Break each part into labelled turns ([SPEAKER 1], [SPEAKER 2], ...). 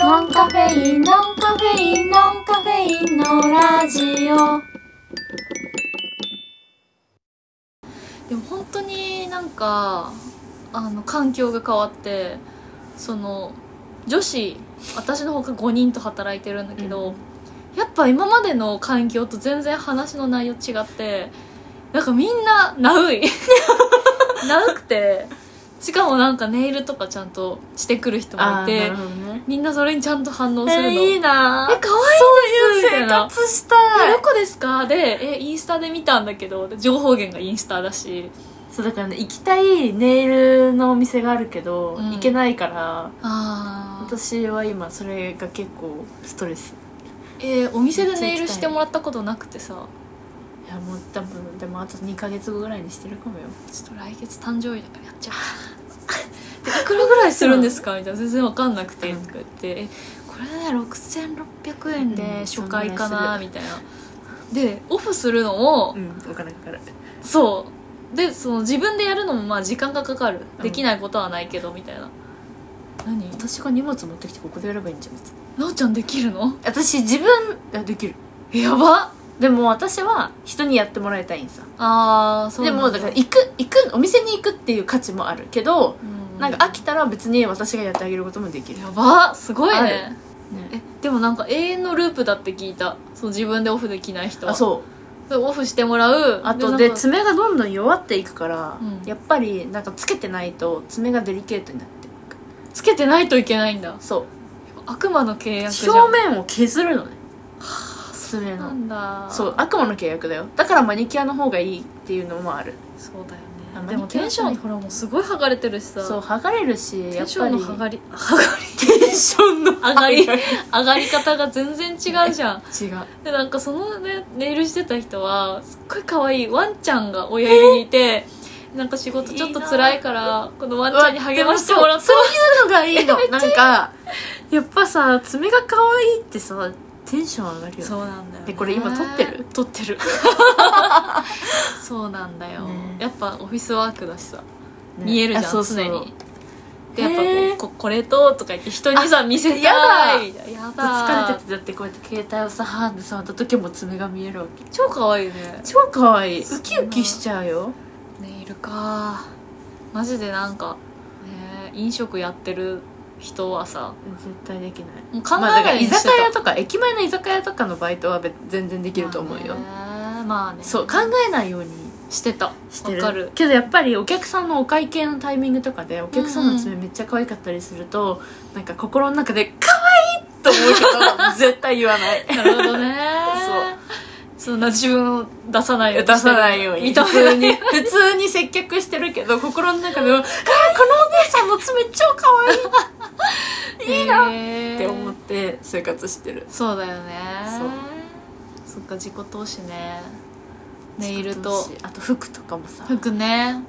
[SPEAKER 1] ノンカフェインノンカフェインノンカフェインのラジオでも本当になんかあの環境が変わってその女子私のほか5人と働いてるんだけど、やっぱ今までの環境と全然話の内容違ってなんかみんなナウ いナウくてしかもなんかネイルとかちゃんとしてくる人もいて
[SPEAKER 2] ほどね
[SPEAKER 1] みんなそれにちゃんと反応するの。
[SPEAKER 2] えいいな
[SPEAKER 1] え、可愛いですみたい
[SPEAKER 2] 生
[SPEAKER 1] な。
[SPEAKER 2] 活した
[SPEAKER 1] ど
[SPEAKER 2] い
[SPEAKER 1] こですかで、え、インスタで見たんだけど、で情報源がインスタだし。
[SPEAKER 2] そうだからね行きたいネイルのお店があるけど、
[SPEAKER 1] うん
[SPEAKER 2] 行けないから
[SPEAKER 1] あー。
[SPEAKER 2] 私は今それが結構ストレス
[SPEAKER 1] えーお店でネイルしてもらったことなくてさ、
[SPEAKER 2] いやもう多分でもあと2ヶ月後ぐらいにしてるかもよ
[SPEAKER 1] ちょっと来月誕生日だからやっちゃ うかな。でいくらぐらいするんですかみたいな。全然わかんなくて、
[SPEAKER 2] うん
[SPEAKER 1] とか言って、え、これね、6600円で
[SPEAKER 2] うん
[SPEAKER 1] 初回か
[SPEAKER 2] そんぐら
[SPEAKER 1] な、
[SPEAKER 2] い
[SPEAKER 1] みたいな。で、オフするのも、
[SPEAKER 2] んお金かかる
[SPEAKER 1] そうでその自分でやるのもまあ時間がかかる
[SPEAKER 2] うん
[SPEAKER 1] できないことはないけどみたいな何
[SPEAKER 2] 私が荷物持ってきてここでやればいいんじゃん別に
[SPEAKER 1] なおちゃんできるの
[SPEAKER 2] 私自分あできる
[SPEAKER 1] やば
[SPEAKER 2] でも私は人にやってもらいたいんさ
[SPEAKER 1] あーそう
[SPEAKER 2] で
[SPEAKER 1] なん
[SPEAKER 2] もだから行く行くお店に行くっていう価値もあるけど、
[SPEAKER 1] うん
[SPEAKER 2] なんか飽きたら別に私がやってあげることもできる、
[SPEAKER 1] やばすごいね
[SPEAKER 2] ね、
[SPEAKER 1] えでもなんか永遠のループだって聞いたそう自分でオフできない人は
[SPEAKER 2] あそう
[SPEAKER 1] でオフしてもらう
[SPEAKER 2] あとで
[SPEAKER 1] なんか
[SPEAKER 2] 爪がどんどん弱っていくから、
[SPEAKER 1] うん
[SPEAKER 2] やっぱりなんかつけてないと爪がデリケートになっていく
[SPEAKER 1] つけてないといけないんだ
[SPEAKER 2] そう
[SPEAKER 1] 悪魔の契約じ
[SPEAKER 2] 表
[SPEAKER 1] ゃん
[SPEAKER 2] 面を削るのね爪
[SPEAKER 1] な
[SPEAKER 2] の
[SPEAKER 1] んだ
[SPEAKER 2] そう悪魔の契約だよだからマニキュアの方がいいっていうのもある
[SPEAKER 1] そうだよ
[SPEAKER 2] あ
[SPEAKER 1] ね
[SPEAKER 2] んま
[SPEAKER 1] で
[SPEAKER 2] り
[SPEAKER 1] もテンションほらもうすごい剥がれてるしさ
[SPEAKER 2] そう剥がれるし
[SPEAKER 1] テ
[SPEAKER 2] や
[SPEAKER 1] ン
[SPEAKER 2] っ
[SPEAKER 1] シ
[SPEAKER 2] ぱ
[SPEAKER 1] ョン
[SPEAKER 2] り
[SPEAKER 1] の剥がり剥がりテンションの上がり上がり方が全然違うじ ゃん
[SPEAKER 2] 違う
[SPEAKER 1] でなんかそのねネイルしてた人はすっごい可愛いワンちゃんが親指にいてなんか仕事ちょっと辛いからこのワンちゃんに励ましてもらって
[SPEAKER 2] うわ そういうのがいいのなんかやっぱさ爪が可愛いってさテンション上がるよね
[SPEAKER 1] そうなんだよね
[SPEAKER 2] えこれ今撮ってる
[SPEAKER 1] 撮ってるそうなんだよ、
[SPEAKER 2] ね
[SPEAKER 1] やっぱオフィスワークだしさ見えるじゃん、
[SPEAKER 2] あそうそう
[SPEAKER 1] 常にでやっぱ
[SPEAKER 2] へー
[SPEAKER 1] こうここれととか言って人にさ見せたい
[SPEAKER 2] やだ
[SPEAKER 1] みたいなやだ
[SPEAKER 2] 疲れててだってこうやって携帯をさハーって触った時も爪が見えるわけ
[SPEAKER 1] 超可愛いね
[SPEAKER 2] 超可愛い
[SPEAKER 1] そんな
[SPEAKER 2] ウキウキしちゃうよ
[SPEAKER 1] ネイルかマジでなんか、ね、飲食やってる人はさ
[SPEAKER 2] 絶対できない
[SPEAKER 1] もう考え
[SPEAKER 2] まあだか
[SPEAKER 1] な
[SPEAKER 2] ら
[SPEAKER 1] い
[SPEAKER 2] 居
[SPEAKER 1] ようにして
[SPEAKER 2] 酒
[SPEAKER 1] た
[SPEAKER 2] 屋とか駅前の居酒屋とかのバイトは別全然できると思う
[SPEAKER 1] まあ
[SPEAKER 2] よ、
[SPEAKER 1] ねまあね
[SPEAKER 2] そう考えないように
[SPEAKER 1] してた
[SPEAKER 2] してる
[SPEAKER 1] わかる
[SPEAKER 2] けどやっぱりお客さんのお会計のタイミングとかでお客さんの爪めっちゃ可愛かったりすると、なんか心の中で「可愛い!」と思うけど絶対言わない
[SPEAKER 1] なるほど ねそんな自分を出さないよう
[SPEAKER 2] 出
[SPEAKER 1] にして
[SPEAKER 2] さ
[SPEAKER 1] る
[SPEAKER 2] ないように
[SPEAKER 1] 認
[SPEAKER 2] 普
[SPEAKER 1] めな
[SPEAKER 2] 通
[SPEAKER 1] い
[SPEAKER 2] に普通に接客してるけど心の中では「あーこのお姉さんの爪超可愛い!」 いいな
[SPEAKER 1] へー
[SPEAKER 2] って思って生活してる
[SPEAKER 1] そうだよね
[SPEAKER 2] そう
[SPEAKER 1] そっか自己投資ねネイルと
[SPEAKER 2] あと服とかもさ
[SPEAKER 1] 服ね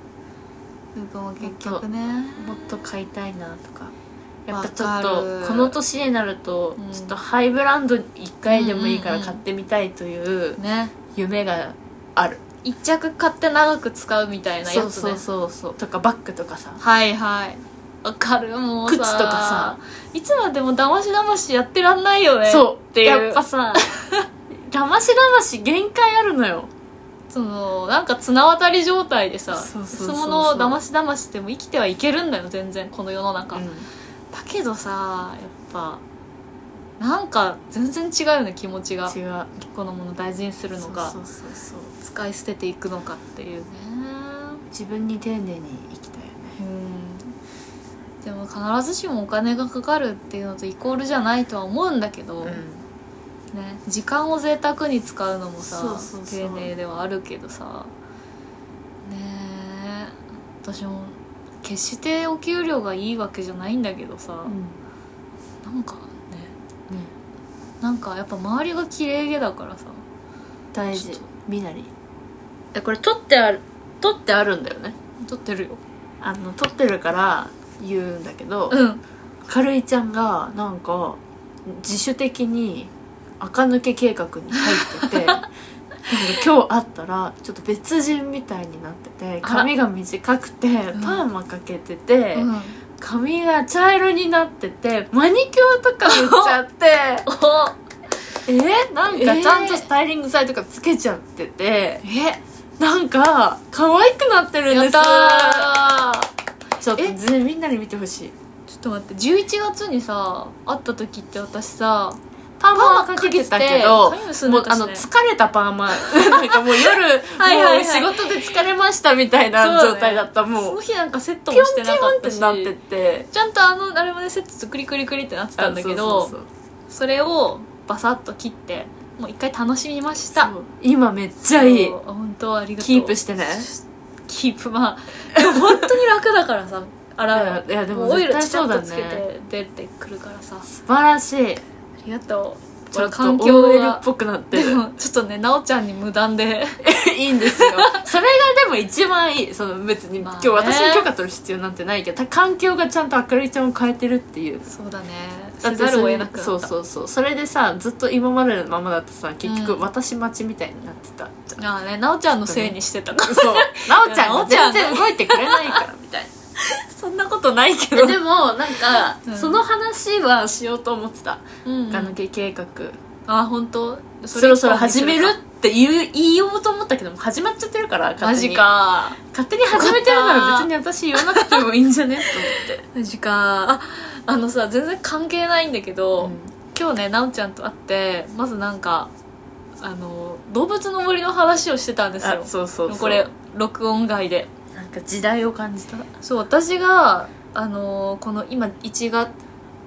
[SPEAKER 1] 服も結局ね
[SPEAKER 2] もっと買いたいなとかやっぱちょ
[SPEAKER 1] わ
[SPEAKER 2] っ
[SPEAKER 1] かる
[SPEAKER 2] とこの年になると
[SPEAKER 1] うん
[SPEAKER 2] ちょっとハイブランド1回でもいい
[SPEAKER 1] うん
[SPEAKER 2] から
[SPEAKER 1] うんうん
[SPEAKER 2] 買ってみたいという
[SPEAKER 1] ね
[SPEAKER 2] 夢がある
[SPEAKER 1] 一着買って長く使うみたいなやつ
[SPEAKER 2] そ
[SPEAKER 1] ね
[SPEAKER 2] うそうそうそうとかバッグとかさ
[SPEAKER 1] はいはいわかるもうさ
[SPEAKER 2] 靴とかさ
[SPEAKER 1] いつまでもだましだましやってらんないよね
[SPEAKER 2] そう
[SPEAKER 1] っていう
[SPEAKER 2] やっぱさだましだまし限界あるのよ
[SPEAKER 1] そのなんか綱渡り状態でさ
[SPEAKER 2] そうそうそうそ
[SPEAKER 1] も
[SPEAKER 2] う
[SPEAKER 1] のをだましだましでも生きてはいけるんだよ全然この世の中、だけどさやっぱなんか全然違うよね気持ちが
[SPEAKER 2] 違う
[SPEAKER 1] 一個のもの大事にするのか
[SPEAKER 2] そうそうそうそう
[SPEAKER 1] 使い捨てていくのかっていうね
[SPEAKER 2] 自分に丁寧に生きたいよね
[SPEAKER 1] うんでも必ずしもお金がかかるっていうのとイコールじゃないとは思うんだけど、ね、時間を贅沢に使うのもさ
[SPEAKER 2] そうそうそ
[SPEAKER 1] 丁
[SPEAKER 2] う
[SPEAKER 1] 寧ではあるけどさねえ私も決してお給料がいいわけじゃないんだけどさ、
[SPEAKER 2] うん
[SPEAKER 1] なんかね
[SPEAKER 2] ね
[SPEAKER 1] なんかやっぱ周りが綺麗げだからさ
[SPEAKER 2] 大
[SPEAKER 1] ちょっ
[SPEAKER 2] 事
[SPEAKER 1] と
[SPEAKER 2] みなりえこれ撮ってある撮ってあるんだよね
[SPEAKER 1] 撮ってるよ
[SPEAKER 2] あの撮ってるから言うんだけど、
[SPEAKER 1] うん
[SPEAKER 2] かるいちゃんがなん か自主的に垢抜け計画に入ってて今日会ったらちょっと別人みたいになってて
[SPEAKER 1] あら
[SPEAKER 2] 髪が短くて
[SPEAKER 1] ん
[SPEAKER 2] パーマかけてて、
[SPEAKER 1] うん、
[SPEAKER 2] 髪が茶色になっててマニキュアとか塗っちゃって
[SPEAKER 1] お
[SPEAKER 2] えなんかちゃんとスタイリング剤とかつけちゃってて、
[SPEAKER 1] え
[SPEAKER 2] なんか可愛くなってるん
[SPEAKER 1] や
[SPEAKER 2] で
[SPEAKER 1] っ
[SPEAKER 2] す
[SPEAKER 1] たー
[SPEAKER 2] ちょっと
[SPEAKER 1] え
[SPEAKER 2] ぜみんなに見てほしい
[SPEAKER 1] ちょっと待って11月にさ会った時って私さ
[SPEAKER 2] パー
[SPEAKER 1] パーマ
[SPEAKER 2] マ
[SPEAKER 1] か
[SPEAKER 2] か
[SPEAKER 1] け
[SPEAKER 2] け
[SPEAKER 1] て
[SPEAKER 2] て
[SPEAKER 1] た
[SPEAKER 2] た
[SPEAKER 1] け
[SPEAKER 2] け
[SPEAKER 1] ど
[SPEAKER 2] ど
[SPEAKER 1] も
[SPEAKER 2] も
[SPEAKER 1] う
[SPEAKER 2] う
[SPEAKER 1] あ
[SPEAKER 2] あ
[SPEAKER 1] の
[SPEAKER 2] の疲れたパーマ なんかもう夜
[SPEAKER 1] はいはいはい
[SPEAKER 2] もう仕事で疲れましたみたいな
[SPEAKER 1] そうだね
[SPEAKER 2] 状態だったも
[SPEAKER 1] そうの日なんかセット
[SPEAKER 2] ピョ
[SPEAKER 1] も
[SPEAKER 2] ン
[SPEAKER 1] して
[SPEAKER 2] ピ
[SPEAKER 1] なかっ
[SPEAKER 2] ョン
[SPEAKER 1] た
[SPEAKER 2] って
[SPEAKER 1] し
[SPEAKER 2] なってて
[SPEAKER 1] ちゃんとあのあれもねセットとクリクリクリってなってたんだけど
[SPEAKER 2] あそうそうそう
[SPEAKER 1] それをバサッと切ってもう一回楽しみました
[SPEAKER 2] そう今めっちゃいい
[SPEAKER 1] そう本当ありがとう
[SPEAKER 2] キープしてね
[SPEAKER 1] キープまあでも本当に楽だからさ洗うの
[SPEAKER 2] いやいやでも
[SPEAKER 1] オイル
[SPEAKER 2] 絶対
[SPEAKER 1] ちゃ
[SPEAKER 2] そ
[SPEAKER 1] ん
[SPEAKER 2] う
[SPEAKER 1] と
[SPEAKER 2] だね
[SPEAKER 1] つけて出てくるからさ
[SPEAKER 2] 素晴らしい
[SPEAKER 1] ありがとう
[SPEAKER 2] ちょっと
[SPEAKER 1] 環
[SPEAKER 2] OL
[SPEAKER 1] 境
[SPEAKER 2] っ
[SPEAKER 1] が
[SPEAKER 2] ぽくなって
[SPEAKER 1] で
[SPEAKER 2] る
[SPEAKER 1] もちょっとねなおちゃんに無断で
[SPEAKER 2] いいんですよそれがでも一番いいその別に
[SPEAKER 1] まあ
[SPEAKER 2] 今
[SPEAKER 1] ね
[SPEAKER 2] 日私に許可取る必要なんてないけどた環境がちゃんと明るいちゃんを変えてるっていう
[SPEAKER 1] そうだね
[SPEAKER 2] だっ
[SPEAKER 1] せ
[SPEAKER 2] て
[SPEAKER 1] ざる
[SPEAKER 2] そ
[SPEAKER 1] を
[SPEAKER 2] れ
[SPEAKER 1] 得なくなった
[SPEAKER 2] そうそうそうそれでさずっと今までのままだとさ結
[SPEAKER 1] うん
[SPEAKER 2] 局私待ちみたいになってたじゃん、
[SPEAKER 1] ああねなおちゃんのせいにしてたから
[SPEAKER 2] そう奈緒ちゃんが
[SPEAKER 1] いや奈緒ちゃん
[SPEAKER 2] 全然動いてくれないからみたいな
[SPEAKER 1] そんなことないけ
[SPEAKER 2] えでもなんか、
[SPEAKER 1] うん
[SPEAKER 2] その話はしようと思ってた
[SPEAKER 1] うんうん、
[SPEAKER 2] ガ抜け計画、
[SPEAKER 1] あ本当
[SPEAKER 2] そろそろ始めるって言う言いようと思ったけども始まっちゃってるから勝
[SPEAKER 1] マ
[SPEAKER 2] 手
[SPEAKER 1] ジ
[SPEAKER 2] に
[SPEAKER 1] か
[SPEAKER 2] 勝手に始めてるなら別に私言わなくてもいいんじゃねと思って
[SPEAKER 1] マジかああのさ全然関係ないんだけど、今日ねなおちゃんと会ってまずなんかあの動物の森の話をしてたんですよ
[SPEAKER 2] あそうそうそう
[SPEAKER 1] これ録音外で
[SPEAKER 2] なんか時代を感じた、う
[SPEAKER 1] そう私があのこの今1月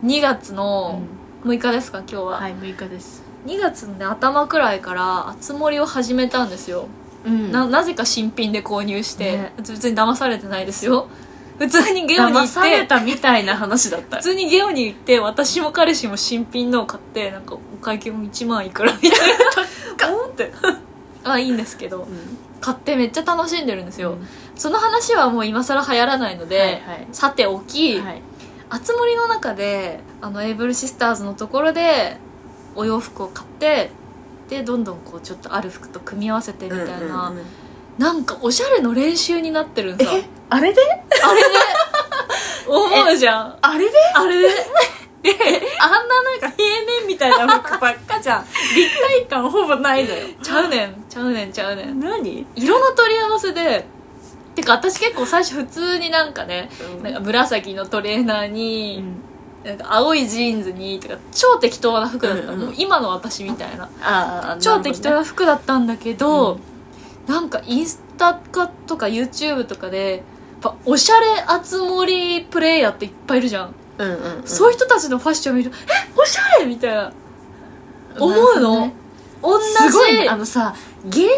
[SPEAKER 1] 2月の6日ですか今日は、
[SPEAKER 2] はい6日です、
[SPEAKER 1] 2月の、ね、頭くらいからあつ森を始めたんですよ、
[SPEAKER 2] うん
[SPEAKER 1] ななぜか新品で購入して、
[SPEAKER 2] ね
[SPEAKER 1] 別に騙されてないですよ普通にゲオに行
[SPEAKER 2] 騙
[SPEAKER 1] っ
[SPEAKER 2] され
[SPEAKER 1] て
[SPEAKER 2] たみたいな話だった
[SPEAKER 1] 普通にゲオに行って私も彼氏も新品のを買ってなんかお会計も1万いくらみ たいな
[SPEAKER 2] ガンって、
[SPEAKER 1] あいいんですけど買ってめっちゃ楽しんでるんですよ、その話はもう今更流行らないので、
[SPEAKER 2] はいはい
[SPEAKER 1] さておき、
[SPEAKER 2] はい
[SPEAKER 1] あつ森の中であのエイブルシスターズのところでお洋服を買ってでどんどんこうちょっとある服と組み合わせてみたいな、
[SPEAKER 2] うんうんうん
[SPEAKER 1] なんかおしゃれの練習になってるんさ
[SPEAKER 2] えあれで
[SPEAKER 1] あれで思うじゃん
[SPEAKER 2] あれで
[SPEAKER 1] あれであんななんか平面みたいな服ばっか じゃん
[SPEAKER 2] 立体感ほぼないのよ
[SPEAKER 1] ちゃうねんちゃうねんちゃうねん
[SPEAKER 2] 何
[SPEAKER 1] 色の取り合わせでてか私結構最初普通になんかねなんか紫のトレーナーに、なんか青いジーンズにとか超適当な服だった、
[SPEAKER 2] うんう
[SPEAKER 1] も
[SPEAKER 2] ん
[SPEAKER 1] う今の私みたいな
[SPEAKER 2] ああ
[SPEAKER 1] 超適当な服だったんだけど
[SPEAKER 2] うん
[SPEAKER 1] なんかインスタかとか YouTube とかでやっぱおしゃれあつ森プレイヤーっていっぱいいるじゃん、
[SPEAKER 2] うんうんうん
[SPEAKER 1] そういう人たちのファッション見ると「えおしゃれ!」みたいな思うの、
[SPEAKER 2] なる
[SPEAKER 1] 同じ
[SPEAKER 2] すごいねあのさ現実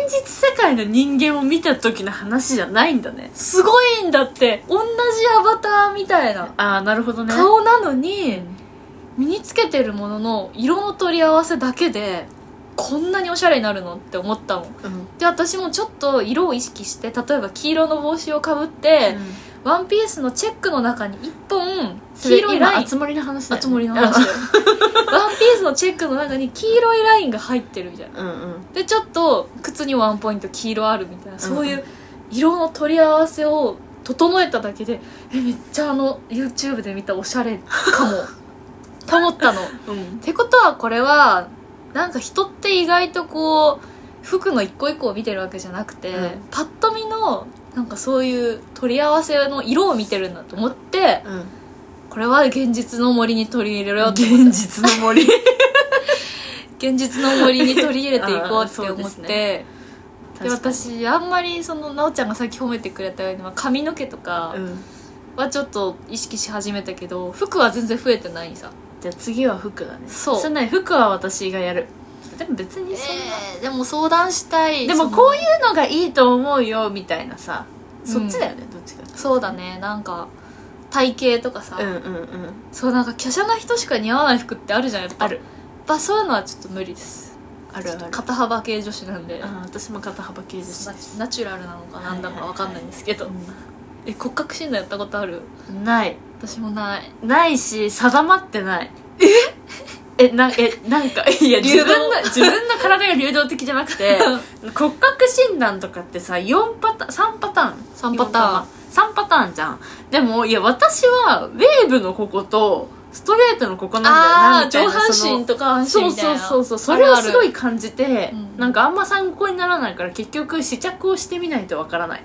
[SPEAKER 2] 世界の人間を見た時の話じゃないんだね
[SPEAKER 1] すごいんだって同じアバターみたいな
[SPEAKER 2] ああなるほどね
[SPEAKER 1] 顔なのに、
[SPEAKER 2] うん
[SPEAKER 1] 身につけてるものの色の取り合わせだけでこんなにおしゃれになるのって思ったの
[SPEAKER 2] うん
[SPEAKER 1] で私もちょっと色を意識して例えば黄色の帽子をかぶって、ワンピースのチェックの中に1本
[SPEAKER 2] そ
[SPEAKER 1] 黄
[SPEAKER 2] れ
[SPEAKER 1] 色いライン
[SPEAKER 2] 今集まりの話
[SPEAKER 1] あ
[SPEAKER 2] だよね
[SPEAKER 1] つ森の話だよ ワンピースのチェックの中に黄色いラインが入ってるみたいな
[SPEAKER 2] うんうん
[SPEAKER 1] でちょっと靴にワンポイント黄色あるみたいなそういう色の取り合わせを整えただけでえめっちゃあの YouTube で見たおしゃれかもと 思ったの
[SPEAKER 2] うん
[SPEAKER 1] ってことはこれはなんか人って意外とこう服の一個一個を見てるわけじゃなくて、
[SPEAKER 2] うん
[SPEAKER 1] パッと見のなんかそういう取り合わせの色を見てるんだと思ってこれは現実の森に取り入れろよって思
[SPEAKER 2] 現
[SPEAKER 1] った
[SPEAKER 2] 実の森
[SPEAKER 1] 現実の森に取り入れていこうって
[SPEAKER 2] あーそう
[SPEAKER 1] 思
[SPEAKER 2] で
[SPEAKER 1] っ
[SPEAKER 2] す
[SPEAKER 1] て、
[SPEAKER 2] ね
[SPEAKER 1] で私あんまりその奈緒ちゃんがさっき褒めてくれたように、まあ、髪の毛とか
[SPEAKER 2] うん
[SPEAKER 1] はちょっと意識し始めたけど服は全然増えてないさ
[SPEAKER 2] じゃあ次は服だね
[SPEAKER 1] そう
[SPEAKER 2] れね服は私がやるでも別にそんな、
[SPEAKER 1] えーでも相談したい
[SPEAKER 2] でもこういうのがいいと思うよみたいなさそっちだよね、どっちか
[SPEAKER 1] うそうだねなんか体型とかさ、
[SPEAKER 2] んうんうん
[SPEAKER 1] そうなんか華奢な人しか似合わない服ってあるじゃんやっぱ
[SPEAKER 2] ある
[SPEAKER 1] やっぱそういうのはちょっと無理です
[SPEAKER 2] ある
[SPEAKER 1] ちょ
[SPEAKER 2] あ
[SPEAKER 1] っ
[SPEAKER 2] る
[SPEAKER 1] と肩幅系女子なんで
[SPEAKER 2] あ私も肩幅系女子
[SPEAKER 1] ナ
[SPEAKER 2] です、
[SPEAKER 1] ナチュラルなのかなんだかわかんないんですけど、え骨格診断やったことある
[SPEAKER 2] うんない
[SPEAKER 1] 私もない
[SPEAKER 2] ないし定まってないえなえなんかいや
[SPEAKER 1] 流動
[SPEAKER 2] 自分の自分の体が流動的じゃなくて骨格診断とかってさ4パターン3パターン
[SPEAKER 1] 三パターン
[SPEAKER 2] 3パターンじゃんでもいや私はウェーブのこことストレートのこ こ
[SPEAKER 1] あ
[SPEAKER 2] な
[SPEAKER 1] あ
[SPEAKER 2] んだ
[SPEAKER 1] 上
[SPEAKER 2] よなみたいな
[SPEAKER 1] 半
[SPEAKER 2] その
[SPEAKER 1] 身と下半身
[SPEAKER 2] そう
[SPEAKER 1] みた
[SPEAKER 2] そ
[SPEAKER 1] いうな
[SPEAKER 2] そうそうそれをすご
[SPEAKER 1] ある
[SPEAKER 2] い感じて
[SPEAKER 1] うん
[SPEAKER 2] なんかあんま参考にならないから結局試着をしてみないとわからない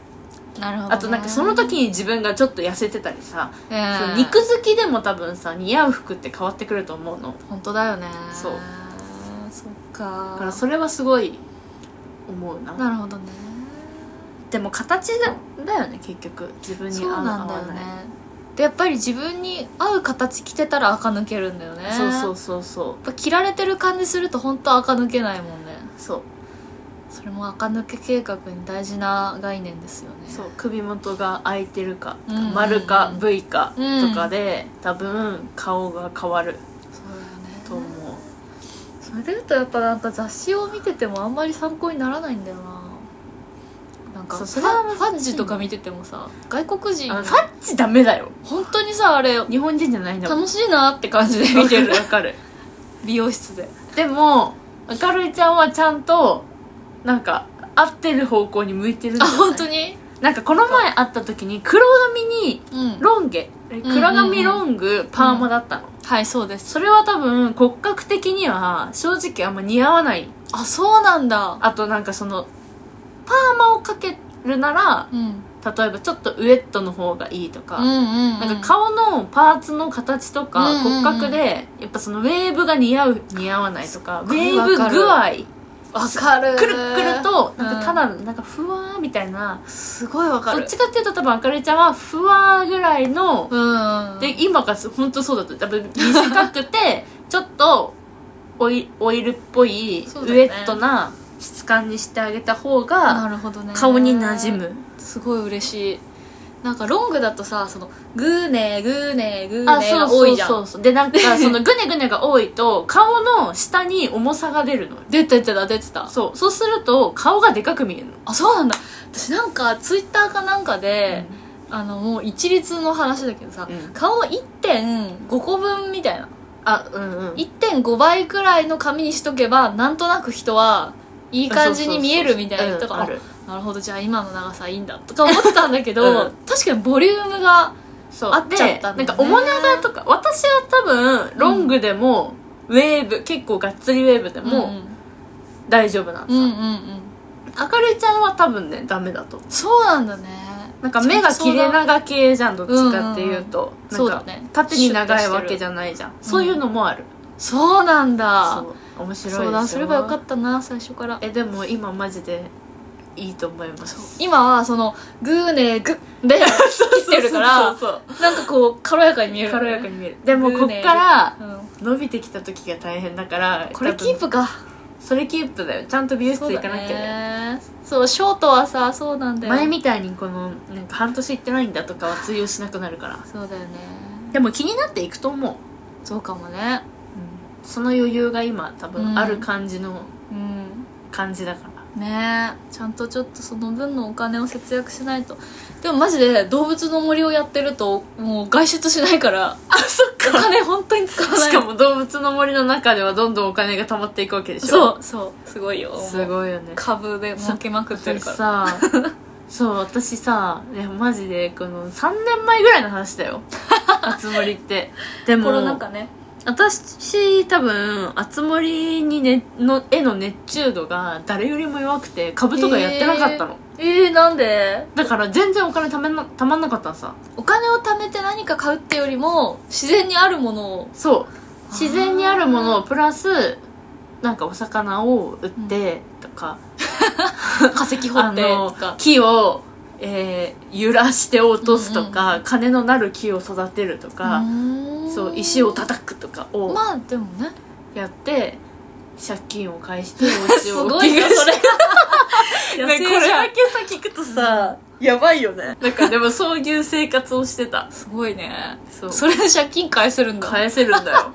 [SPEAKER 1] あるなるほどね、
[SPEAKER 2] あとなんかその時に自分がちょっと痩せてたりさ
[SPEAKER 1] え
[SPEAKER 2] そ
[SPEAKER 1] ー
[SPEAKER 2] う肉好きでも多分さ似合う服って変わってくると思うの
[SPEAKER 1] 本当だよね
[SPEAKER 2] そう
[SPEAKER 1] そっか
[SPEAKER 2] だからそれはすごい思うな
[SPEAKER 1] なるほどね
[SPEAKER 2] でも形だだよね結局自分に
[SPEAKER 1] そ
[SPEAKER 2] 合
[SPEAKER 1] う
[SPEAKER 2] う
[SPEAKER 1] なんだよ
[SPEAKER 2] 合
[SPEAKER 1] ね
[SPEAKER 2] わない
[SPEAKER 1] でやっぱり自分に合う形着てたら垢抜けるんだよね
[SPEAKER 2] そうそう
[SPEAKER 1] や
[SPEAKER 2] そうそ
[SPEAKER 1] っぱ着られてる感じすると本当垢抜けないもんね
[SPEAKER 2] うそう
[SPEAKER 1] それも垢抜け計画に大事な概念ですよね
[SPEAKER 2] そう首元が空いてるか、
[SPEAKER 1] うん
[SPEAKER 2] 丸か V か
[SPEAKER 1] うん
[SPEAKER 2] とかで、多分顔が変わる
[SPEAKER 1] そうだよね
[SPEAKER 2] と思う、
[SPEAKER 1] それでいうとやっぱなんか雑誌を見ててもあんまり参考にならないんだよななんか
[SPEAKER 2] そう
[SPEAKER 1] フ
[SPEAKER 2] そ
[SPEAKER 1] ァ
[SPEAKER 2] れは
[SPEAKER 1] ファッジとか見ててもさ外国人
[SPEAKER 2] あのファッチダメだよ
[SPEAKER 1] 本当にさあれ
[SPEAKER 2] 日本人じゃないんだもん
[SPEAKER 1] 楽しいなって感じで見てる
[SPEAKER 2] わかる
[SPEAKER 1] 美容室で
[SPEAKER 2] でも明るいちゃんはちゃんとなんか合ってる方向に向いてるんじ
[SPEAKER 1] あ
[SPEAKER 2] ゃない
[SPEAKER 1] 本当に
[SPEAKER 2] なんかこの前会った時に黒髪に
[SPEAKER 1] うん
[SPEAKER 2] ロン毛え
[SPEAKER 1] うんうん
[SPEAKER 2] 黒髪ロングパーマだったの、
[SPEAKER 1] はいそうです
[SPEAKER 2] それは多分骨格的には正直あんま似合わない
[SPEAKER 1] あそうなんだ
[SPEAKER 2] あとなんかそのパーマをかけるなら
[SPEAKER 1] うんうん
[SPEAKER 2] 例えばちょっとウエットの方がいいとか、
[SPEAKER 1] うん
[SPEAKER 2] なんか顔のパーツの形とか
[SPEAKER 1] うんうんうん
[SPEAKER 2] 骨格でやっぱそのウェーブが似合う似合わないとかウ
[SPEAKER 1] ごい
[SPEAKER 2] ェーブ
[SPEAKER 1] わかる
[SPEAKER 2] 具合
[SPEAKER 1] わかる
[SPEAKER 2] くるっくるとなんかた
[SPEAKER 1] う
[SPEAKER 2] だなんかふわーみたいな、
[SPEAKER 1] すごいわか
[SPEAKER 2] ど
[SPEAKER 1] る
[SPEAKER 2] っちかっていうと多分あかりちゃんはふわーぐらいの
[SPEAKER 1] うん
[SPEAKER 2] で今がす本当そうだった多分短く てちょっとオイオイルっぽい、
[SPEAKER 1] そう
[SPEAKER 2] ウ
[SPEAKER 1] だよね
[SPEAKER 2] エットな質感にしてあげた方
[SPEAKER 1] な
[SPEAKER 2] が
[SPEAKER 1] るほどね
[SPEAKER 2] 顔に馴染む
[SPEAKER 1] すごい嬉しいなんかロングだとさそのグーネーグーネーグーネ
[SPEAKER 2] あ
[SPEAKER 1] ー
[SPEAKER 2] そう
[SPEAKER 1] が
[SPEAKER 2] そ
[SPEAKER 1] 多いうじゃん
[SPEAKER 2] そうそうでなんか そのグネグネが多いと顔の下に重さが出るの
[SPEAKER 1] 出てた出てた
[SPEAKER 2] そうそうすると顔がでかく見えるの
[SPEAKER 1] あそうなんだ私なんかツイッターかなんかで、あのもう一律の話だけどさ、
[SPEAKER 2] うん
[SPEAKER 1] 顔1.5個分みたいな
[SPEAKER 2] あうんうん
[SPEAKER 1] 1.5倍くらいの髪にしとけばなんとなく人はいい感じに見えるみたいなと
[SPEAKER 2] うん
[SPEAKER 1] か
[SPEAKER 2] ある
[SPEAKER 1] なるほどじゃあ今の長さいいんだとか思ってたんだけど、
[SPEAKER 2] うん
[SPEAKER 1] 確かにボリュームが
[SPEAKER 2] そう
[SPEAKER 1] 合っちゃったんだね
[SPEAKER 2] でなんか面長とか私は多分ロングでも、ウェーブ結構がっつりウェーブで
[SPEAKER 1] もう、
[SPEAKER 2] も大丈夫なの
[SPEAKER 1] うんうん
[SPEAKER 2] さ、明るいちゃんは多分ねダメだと思
[SPEAKER 1] そうなんだね
[SPEAKER 2] うなんか目が切れ長系じゃんどっちかっていう
[SPEAKER 1] う
[SPEAKER 2] と、
[SPEAKER 1] んうんうん
[SPEAKER 2] なん
[SPEAKER 1] そうだ
[SPEAKER 2] か
[SPEAKER 1] ね
[SPEAKER 2] 縦に長いわけじゃないじゃんそういうのもある、
[SPEAKER 1] そうなんだ
[SPEAKER 2] そう面白いですよ
[SPEAKER 1] 相談すればよかったな最初から
[SPEAKER 2] えでも今マジでいいと思います
[SPEAKER 1] 今はそのグーネーグッ で切ってるから
[SPEAKER 2] そうそう
[SPEAKER 1] なんかこう軽やかに見える
[SPEAKER 2] 軽やかに見えるでも
[SPEAKER 1] グー
[SPEAKER 2] こっ
[SPEAKER 1] ネ
[SPEAKER 2] から
[SPEAKER 1] うん
[SPEAKER 2] 伸びてきた時が大変だから
[SPEAKER 1] これキー
[SPEAKER 2] 多
[SPEAKER 1] プ
[SPEAKER 2] 分
[SPEAKER 1] か
[SPEAKER 2] それキープだよちゃんと美容室行かなき
[SPEAKER 1] そ
[SPEAKER 2] ゃ
[SPEAKER 1] うだねそうショートはさそうなんだよ
[SPEAKER 2] 前みたいにこのなんか半年行ってないんだとかは通用しなくなるから
[SPEAKER 1] そうだよね
[SPEAKER 2] でも気になっていくと思う、
[SPEAKER 1] そうかもね
[SPEAKER 2] その余裕が今多
[SPEAKER 1] うん
[SPEAKER 2] 分ある感じの
[SPEAKER 1] うん
[SPEAKER 2] 感じだか ら、
[SPEAKER 1] ねえちゃんとちょっとその分のお金を節約しないとでもマジで動物の森をやってるともう外出しないから
[SPEAKER 2] あそっ
[SPEAKER 1] お金本当に使わない
[SPEAKER 2] しかも動物の森の中ではどんどんお金が貯まっていくわけでし
[SPEAKER 1] そ
[SPEAKER 2] ょ
[SPEAKER 1] うそうすごいよ
[SPEAKER 2] す
[SPEAKER 1] い
[SPEAKER 2] ごいよね
[SPEAKER 1] 株で儲けまくってる
[SPEAKER 2] 私
[SPEAKER 1] から
[SPEAKER 2] さ そう私さいやマジでこの3年前ぐらいの 話だよあつ森ってで
[SPEAKER 1] コ
[SPEAKER 2] も
[SPEAKER 1] ロナ禍ね
[SPEAKER 2] 私多分あつ森に、ね、の絵の熱中度が誰よりも弱くて株とかやってなかったの、
[SPEAKER 1] えー、なんで
[SPEAKER 2] だから全然お金ためなたまんなかったのさ
[SPEAKER 1] お金を貯めて何か買うってよりも自然にあるものを
[SPEAKER 2] そう自然にあるものをプラスなんかお魚を売ってとか、
[SPEAKER 1] 化石掘
[SPEAKER 2] あ
[SPEAKER 1] ってと
[SPEAKER 2] の
[SPEAKER 1] か
[SPEAKER 2] 木を、えー揺らして落とすとか、金のなる木を育てるとか、
[SPEAKER 1] ーん
[SPEAKER 2] そう石を叩くとかを
[SPEAKER 1] まあでも ね
[SPEAKER 2] やって借金を返してお 家
[SPEAKER 1] す
[SPEAKER 2] を
[SPEAKER 1] ごいよ
[SPEAKER 2] 大きく
[SPEAKER 1] それ
[SPEAKER 2] ね
[SPEAKER 1] 野
[SPEAKER 2] こ
[SPEAKER 1] 生
[SPEAKER 2] れ
[SPEAKER 1] じゃ
[SPEAKER 2] だ
[SPEAKER 1] ん
[SPEAKER 2] けさ聞くとさ、やばいよねなんかでもそういう生活をしてた
[SPEAKER 1] すごいね
[SPEAKER 2] そう
[SPEAKER 1] それで借金返せるんだ
[SPEAKER 2] 返せるんだよ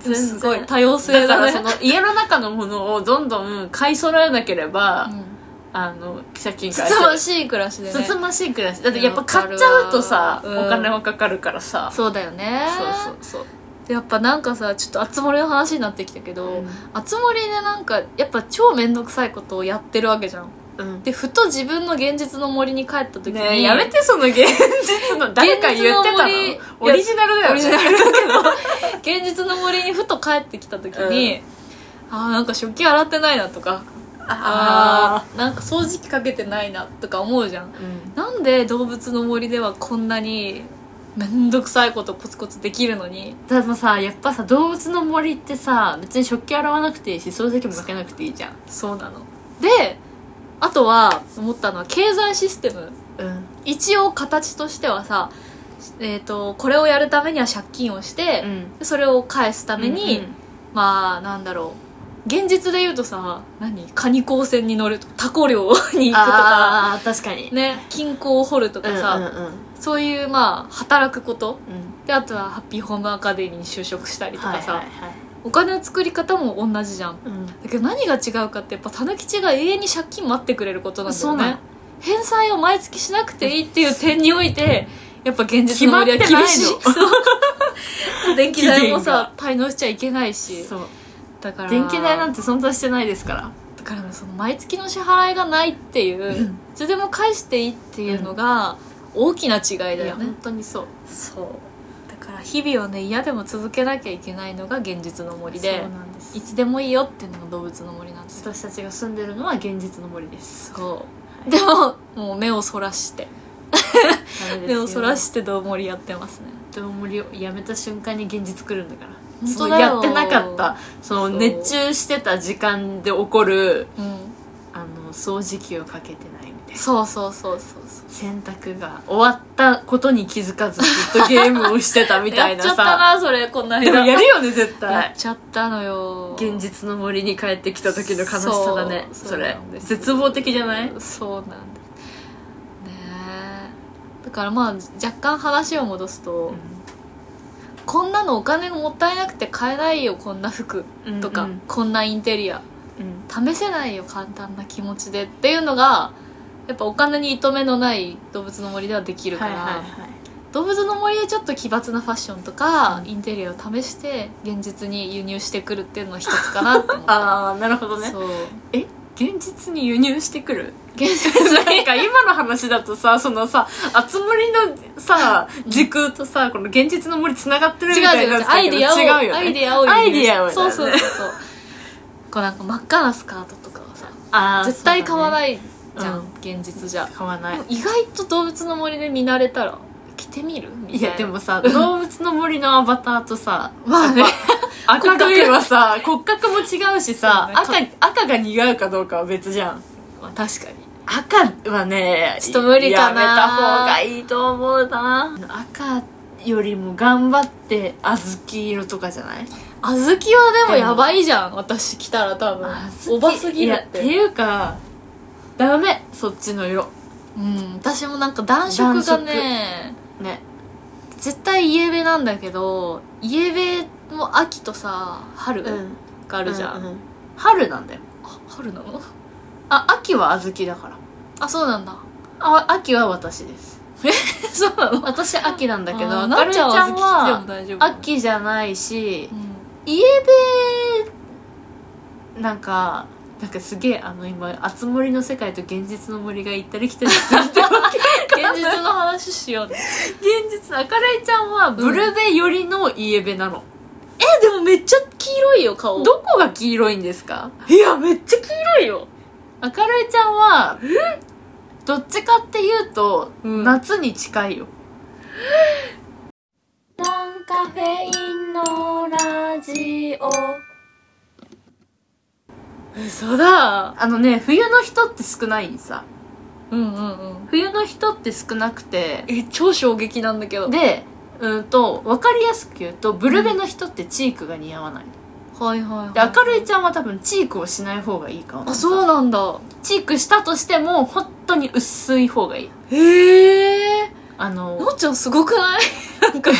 [SPEAKER 2] 全然
[SPEAKER 1] すごい多様性
[SPEAKER 2] だから
[SPEAKER 1] だ
[SPEAKER 2] そ
[SPEAKER 1] ね
[SPEAKER 2] の家の中のものをどんどん買い揃えなければ、
[SPEAKER 1] うん
[SPEAKER 2] あの借金
[SPEAKER 1] つ
[SPEAKER 2] 返
[SPEAKER 1] つま
[SPEAKER 2] せ
[SPEAKER 1] しい暮らしで
[SPEAKER 2] る
[SPEAKER 1] ね
[SPEAKER 2] つつましい暮らしだってやっぱ買っちゃうと
[SPEAKER 1] わ
[SPEAKER 2] さ、
[SPEAKER 1] かるわ
[SPEAKER 2] お金はかかるからさ、
[SPEAKER 1] そうだよね
[SPEAKER 2] そうそうそう
[SPEAKER 1] でやっぱなんかさちょっとあつ森の話になってきたけど、
[SPEAKER 2] うん
[SPEAKER 1] あつ森でなんかやっぱ超面倒くさいことをやってるわけじゃん
[SPEAKER 2] うん
[SPEAKER 1] でふと自分の現実の森に帰った時に、
[SPEAKER 2] ねえやめてその現実の誰か言ってた
[SPEAKER 1] 現実の
[SPEAKER 2] の
[SPEAKER 1] 森
[SPEAKER 2] オリジナルだ
[SPEAKER 1] オリ
[SPEAKER 2] よね
[SPEAKER 1] ジナルだけど現実の森にふと帰ってきた時に、ああなんか食器洗ってないなとかあ
[SPEAKER 2] あ
[SPEAKER 1] あなんか掃除機かけてないなとか思うじゃん
[SPEAKER 2] ーうん
[SPEAKER 1] なんで動物の森ではこんなに面倒くさいことコツコツできるのに
[SPEAKER 2] でもさやっぱさ動物の森ってさ別に食器洗わなくていいし掃除機もかけなくていいじゃん
[SPEAKER 1] そうなのであとは思ったのは経済システム
[SPEAKER 2] うん
[SPEAKER 1] 一応形としてはさえー、とこれをやるためには借金をして、でそれを返すた
[SPEAKER 2] た
[SPEAKER 1] めに、まあなんだろう現実で言うとさ何カニ高専に乗るとかタコ漁に行くとか、
[SPEAKER 2] ああ確かに
[SPEAKER 1] ね、金庫を掘るとかさ、
[SPEAKER 2] うんうんうん
[SPEAKER 1] そういうまあ働くこと
[SPEAKER 2] うん
[SPEAKER 1] であとはハッピーホームアカデミーに就職したりとかさ、
[SPEAKER 2] はいはいはい
[SPEAKER 1] お金の作り方も同じじゃん
[SPEAKER 2] うん
[SPEAKER 1] だけど何が違うかってやっぱたぬきちが永遠に借金待ってくれることなんだ
[SPEAKER 2] そ
[SPEAKER 1] よ
[SPEAKER 2] うな
[SPEAKER 1] ね
[SPEAKER 2] の
[SPEAKER 1] 返済を毎月しなくていいっていう点において やっぱ現実の森は厳しい
[SPEAKER 2] 決まって
[SPEAKER 1] そう電気代もさ滞納しちゃいけないし
[SPEAKER 2] そう
[SPEAKER 1] だから
[SPEAKER 2] 電気代なん
[SPEAKER 1] だ
[SPEAKER 2] て存在してないですから
[SPEAKER 1] からねその毎月の支払いがないっていう、
[SPEAKER 2] うん
[SPEAKER 1] いつでも返していいっていうのが大きな違いだよね
[SPEAKER 2] 本当にそう
[SPEAKER 1] そうだから日々をね嫌でも続けなきゃいけないのが現実の森で
[SPEAKER 2] そうなんです
[SPEAKER 1] いつでもいいよっていうのが動物の森なんですよ
[SPEAKER 2] 私たちが住んでるのは現実の森 です
[SPEAKER 1] そうでももう目をそらして目をそら
[SPEAKER 2] て
[SPEAKER 1] してどう森やってますね
[SPEAKER 2] でも森をやめた瞬間に現実来るんだから
[SPEAKER 1] 本
[SPEAKER 2] そ
[SPEAKER 1] 当
[SPEAKER 2] の
[SPEAKER 1] だよ
[SPEAKER 2] やってなかったその
[SPEAKER 1] そう
[SPEAKER 2] 熱中してた時間で起こる
[SPEAKER 1] うん
[SPEAKER 2] あの掃除機をかけてないみたいな
[SPEAKER 1] そうそうそうそうそう
[SPEAKER 2] 洗濯が終わったことに気づかずずっとゲームをしてたみたいな
[SPEAKER 1] やっちゃった
[SPEAKER 2] さ
[SPEAKER 1] なそれこんな
[SPEAKER 2] でも
[SPEAKER 1] 間
[SPEAKER 2] やるよね絶
[SPEAKER 1] や
[SPEAKER 2] 対
[SPEAKER 1] っちゃったのよ
[SPEAKER 2] 現実の森に帰ってきた時の悲しさだね
[SPEAKER 1] そうそ
[SPEAKER 2] それ
[SPEAKER 1] うなんです
[SPEAKER 2] 絶望的じゃな
[SPEAKER 1] そう
[SPEAKER 2] い
[SPEAKER 1] なんですねえだからまあ若干話を戻すと、こんなのお金がもったいなくて買えないよこんな服
[SPEAKER 2] うん
[SPEAKER 1] とか、
[SPEAKER 2] うん
[SPEAKER 1] こんなインテリア
[SPEAKER 2] うん
[SPEAKER 1] 試せないよ簡単な気持ちでっていうのがやっぱお金に糸目のない動物の森ではできるから、
[SPEAKER 2] はいはいはい
[SPEAKER 1] 動物の森でちょっと奇抜なファッションとか、
[SPEAKER 2] うん
[SPEAKER 1] インテリアを試して現実に輸入してくるっていうのは一つかなって思った
[SPEAKER 2] ああ なるほどね
[SPEAKER 1] そう
[SPEAKER 2] え現実に輸入して くる
[SPEAKER 1] 現実
[SPEAKER 2] なんか今の話だとさそのさあつ森のさ時空とさこの現実の森つながってるみ
[SPEAKER 1] 違う
[SPEAKER 2] たい
[SPEAKER 1] 違
[SPEAKER 2] な
[SPEAKER 1] う違う
[SPEAKER 2] やつ
[SPEAKER 1] アイ
[SPEAKER 2] だけど
[SPEAKER 1] ディアを
[SPEAKER 2] 違うよね
[SPEAKER 1] アイディアを輸入
[SPEAKER 2] アイディアをだよ
[SPEAKER 1] そう
[SPEAKER 2] ね
[SPEAKER 1] そうそうそうこうなんか真っ赤なスカートとかはさ
[SPEAKER 2] あー
[SPEAKER 1] 絶対
[SPEAKER 2] そ
[SPEAKER 1] 買
[SPEAKER 2] うだ
[SPEAKER 1] わ
[SPEAKER 2] ね
[SPEAKER 1] ないじゃん、
[SPEAKER 2] うん
[SPEAKER 1] 現実じゃ
[SPEAKER 2] 買わな
[SPEAKER 1] で
[SPEAKER 2] い
[SPEAKER 1] も意外と動物の森で見慣れたら着てみるみ
[SPEAKER 2] い
[SPEAKER 1] たいな
[SPEAKER 2] やでもさ動物の森のアバターとさ
[SPEAKER 1] まあね
[SPEAKER 2] 赤髪はさ骨格も違うしさ
[SPEAKER 1] そう
[SPEAKER 2] 赤赤が似合うかどうかは別じゃん
[SPEAKER 1] まあ確かに
[SPEAKER 2] 赤はね
[SPEAKER 1] ちょっと無理かな
[SPEAKER 2] やめた方がいいと思うな赤よりも頑張って小豆色とかじゃない
[SPEAKER 1] 小豆はでもやばいじゃん私来たら多分おばすぎるっ
[SPEAKER 2] いやって
[SPEAKER 1] て
[SPEAKER 2] いうかダメそっちの色
[SPEAKER 1] うん私もなんか暖色がね
[SPEAKER 2] ね
[SPEAKER 1] 絶対イエベなんだけどイエベも秋とさ春があ
[SPEAKER 2] あ
[SPEAKER 1] るじゃん、
[SPEAKER 2] 春なんだよ
[SPEAKER 1] あ春なの
[SPEAKER 2] あ秋は小豆だから
[SPEAKER 1] あそうなんだ
[SPEAKER 2] あ秋は私です
[SPEAKER 1] そうなの
[SPEAKER 2] 私秋なんだけ
[SPEAKER 1] あ
[SPEAKER 2] ど
[SPEAKER 1] ー
[SPEAKER 2] なるちゃん
[SPEAKER 1] なっちゃんは
[SPEAKER 2] は
[SPEAKER 1] 小豆着ても大丈夫
[SPEAKER 2] 秋じゃないし
[SPEAKER 1] うん
[SPEAKER 2] イエベなんかなんかすげえあの今あつ森の世界と現実の森が行ったり来たりする
[SPEAKER 1] 現実の話しようね
[SPEAKER 2] 現実の赤レイちゃんはブルベ寄りのイエベなの、
[SPEAKER 1] えでもめっちゃ黄色いよ顔
[SPEAKER 2] どこが黄色いんですか
[SPEAKER 1] いやめっちゃ黄色いよ
[SPEAKER 2] 赤レイちゃんはどっちかっていうと、
[SPEAKER 1] うん
[SPEAKER 2] 夏に近いよ
[SPEAKER 1] ノンカフェインのラジオ嘘だ
[SPEAKER 2] あのね冬の人って少ないさ
[SPEAKER 1] うんうんうん
[SPEAKER 2] 冬の人って少なくて
[SPEAKER 1] え超衝撃なんだけど
[SPEAKER 2] でうんと分かりやすく言うとブルベの人ってチークが似合わない
[SPEAKER 1] はいはい、はい、
[SPEAKER 2] で明るいちゃんは多分チークをしない方がいいかも
[SPEAKER 1] あそうなんだ
[SPEAKER 2] チークしたとしても本当に薄い方がいい
[SPEAKER 1] へえ
[SPEAKER 2] あの
[SPEAKER 1] のっちゃんすごくない なんか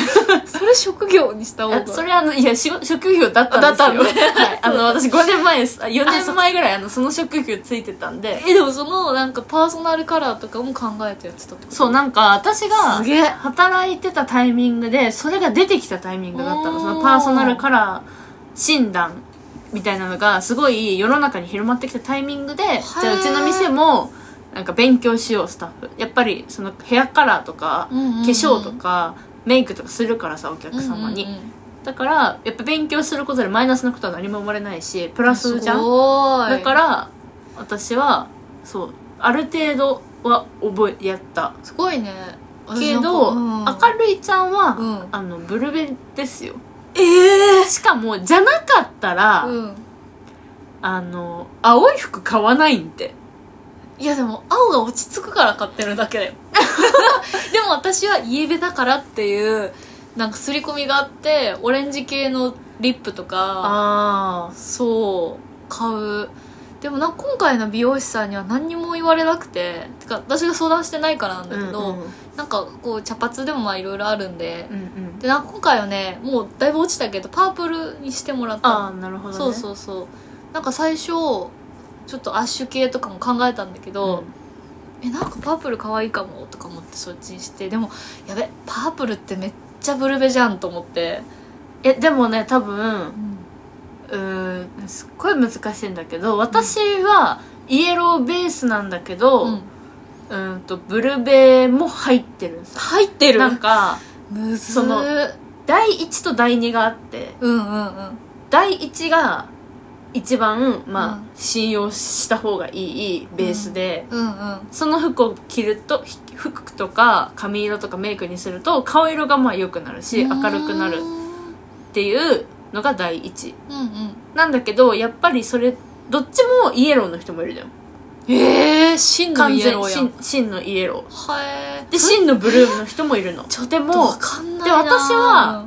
[SPEAKER 1] それ職業にした方が
[SPEAKER 2] あそれあのいやし職業だったんで
[SPEAKER 1] だ
[SPEAKER 2] すよ
[SPEAKER 1] ったんで
[SPEAKER 2] はい、あの私5年前ですあ4
[SPEAKER 1] あそ
[SPEAKER 2] 年
[SPEAKER 1] う
[SPEAKER 2] 前ぐらいあのその職業ついてたんで
[SPEAKER 1] えでもそのなんかパーソナルカラーとかも考えてやってたってこと
[SPEAKER 2] そうなんか私が
[SPEAKER 1] すげえ
[SPEAKER 2] 働いてたタイミングでそれが出てきたタイミングだった
[SPEAKER 1] お
[SPEAKER 2] の
[SPEAKER 1] ー
[SPEAKER 2] そのパーソナルカラー診断みたいなのがすごい世の中に広まってきたタイミングでじゃあうちの店もなんか勉強しようスタッフやっぱりそのヘアカラーとか、
[SPEAKER 1] うんうんうん
[SPEAKER 2] 化粧とかメイクとかするからさお客様に、
[SPEAKER 1] うんうんうん
[SPEAKER 2] だからやっぱ勉強することでマイナスなことは何も生まれないしプラスじゃん
[SPEAKER 1] すごい
[SPEAKER 2] だから私はそうある程度は覚えやった
[SPEAKER 1] すごいね
[SPEAKER 2] けど、明
[SPEAKER 1] る
[SPEAKER 2] るいちゃんは、
[SPEAKER 1] うん
[SPEAKER 2] あのブルベですよ
[SPEAKER 1] ええ
[SPEAKER 2] しかもじゃなかったら、
[SPEAKER 1] うん
[SPEAKER 2] あの青い服買わないんで
[SPEAKER 1] いやでも青が落ち着くから買ってるだけだよ でも私はイエベだからっていうなんか刷り込みがあってオレンジ系のリップとか
[SPEAKER 2] あ
[SPEAKER 1] そう買うでもなんか今回の美容師さんには何にも言われなくててか私が相談してないからなんだけど、
[SPEAKER 2] うんうん
[SPEAKER 1] なんかこう茶髪でもまあいろいろあるんで、
[SPEAKER 2] うんうん
[SPEAKER 1] でなんか今回はねもうだいぶ落ちたけどパープルにしてもらったの
[SPEAKER 2] ああなるほど、ね、
[SPEAKER 1] そうそうそうなんか最初ちょっとアッシュ系とかも考えたんだけど、えなんかパープル可愛いかもとか思ってそっちにしてでもやべパープルってめっちゃブルベじゃんと思って、
[SPEAKER 2] えでもね多分
[SPEAKER 1] うん、
[SPEAKER 2] うーんすっごい難しいんだけど私はイエローベースなんだけど、うーんとブルベも入ってるんですよ
[SPEAKER 1] 入ってる
[SPEAKER 2] なんか
[SPEAKER 1] むず
[SPEAKER 2] そ
[SPEAKER 1] そ
[SPEAKER 2] の
[SPEAKER 1] の
[SPEAKER 2] 第1と第2があって
[SPEAKER 1] うんうんうん
[SPEAKER 2] 第1が一番、ま
[SPEAKER 1] う
[SPEAKER 2] あ
[SPEAKER 1] ん
[SPEAKER 2] 信用した方がいいベースで、
[SPEAKER 1] うんうん
[SPEAKER 2] その服を着るとひ服とか髪色とかメイクにすると顔色がまあ良くなるし明るくなるっていうのが第1
[SPEAKER 1] うんうん
[SPEAKER 2] なんだけどやっぱりそれどっちもイエローの人もいるじゃん
[SPEAKER 1] ええー、真の
[SPEAKER 2] 完
[SPEAKER 1] イエ
[SPEAKER 2] 全
[SPEAKER 1] ローやん
[SPEAKER 2] 真真のイエロ
[SPEAKER 1] はえ
[SPEAKER 2] ーで真のブルームの人もいるの
[SPEAKER 1] ちょっ
[SPEAKER 2] で
[SPEAKER 1] と
[SPEAKER 2] も
[SPEAKER 1] わかんないな
[SPEAKER 2] で私は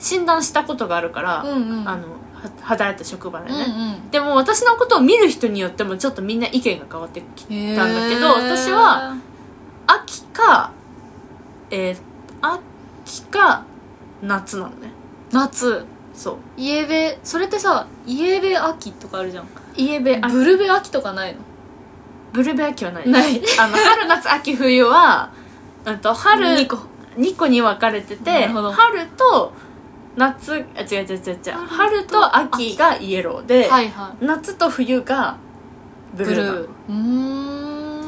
[SPEAKER 2] 診断したことがあるから、
[SPEAKER 1] うんうん
[SPEAKER 2] あのは働いた職場で
[SPEAKER 1] うん
[SPEAKER 2] ね、
[SPEAKER 1] うん
[SPEAKER 2] でも私のことを見る人によってもちょっとみんな意見が変わってきてたんだけど私は秋かえー、秋か夏なのね
[SPEAKER 1] 夏
[SPEAKER 2] そう
[SPEAKER 1] イエベそれってさイエベ秋とかあるじゃん
[SPEAKER 2] イエベ秋
[SPEAKER 1] ブルベ秋とかないの
[SPEAKER 2] ブルベ秋はない
[SPEAKER 1] ない
[SPEAKER 2] あの春夏秋冬はうんと春
[SPEAKER 1] 二個
[SPEAKER 2] 2個に分かれて
[SPEAKER 1] な
[SPEAKER 2] て
[SPEAKER 1] るほど
[SPEAKER 2] 春と夏あ違う違う違う違う春
[SPEAKER 1] 春と
[SPEAKER 2] と秋がイエローで、
[SPEAKER 1] はいは
[SPEAKER 2] 夏と冬が
[SPEAKER 1] い
[SPEAKER 2] ブ
[SPEAKER 1] ブ
[SPEAKER 2] ルー
[SPEAKER 1] ル
[SPEAKER 2] なの
[SPEAKER 1] ーうーん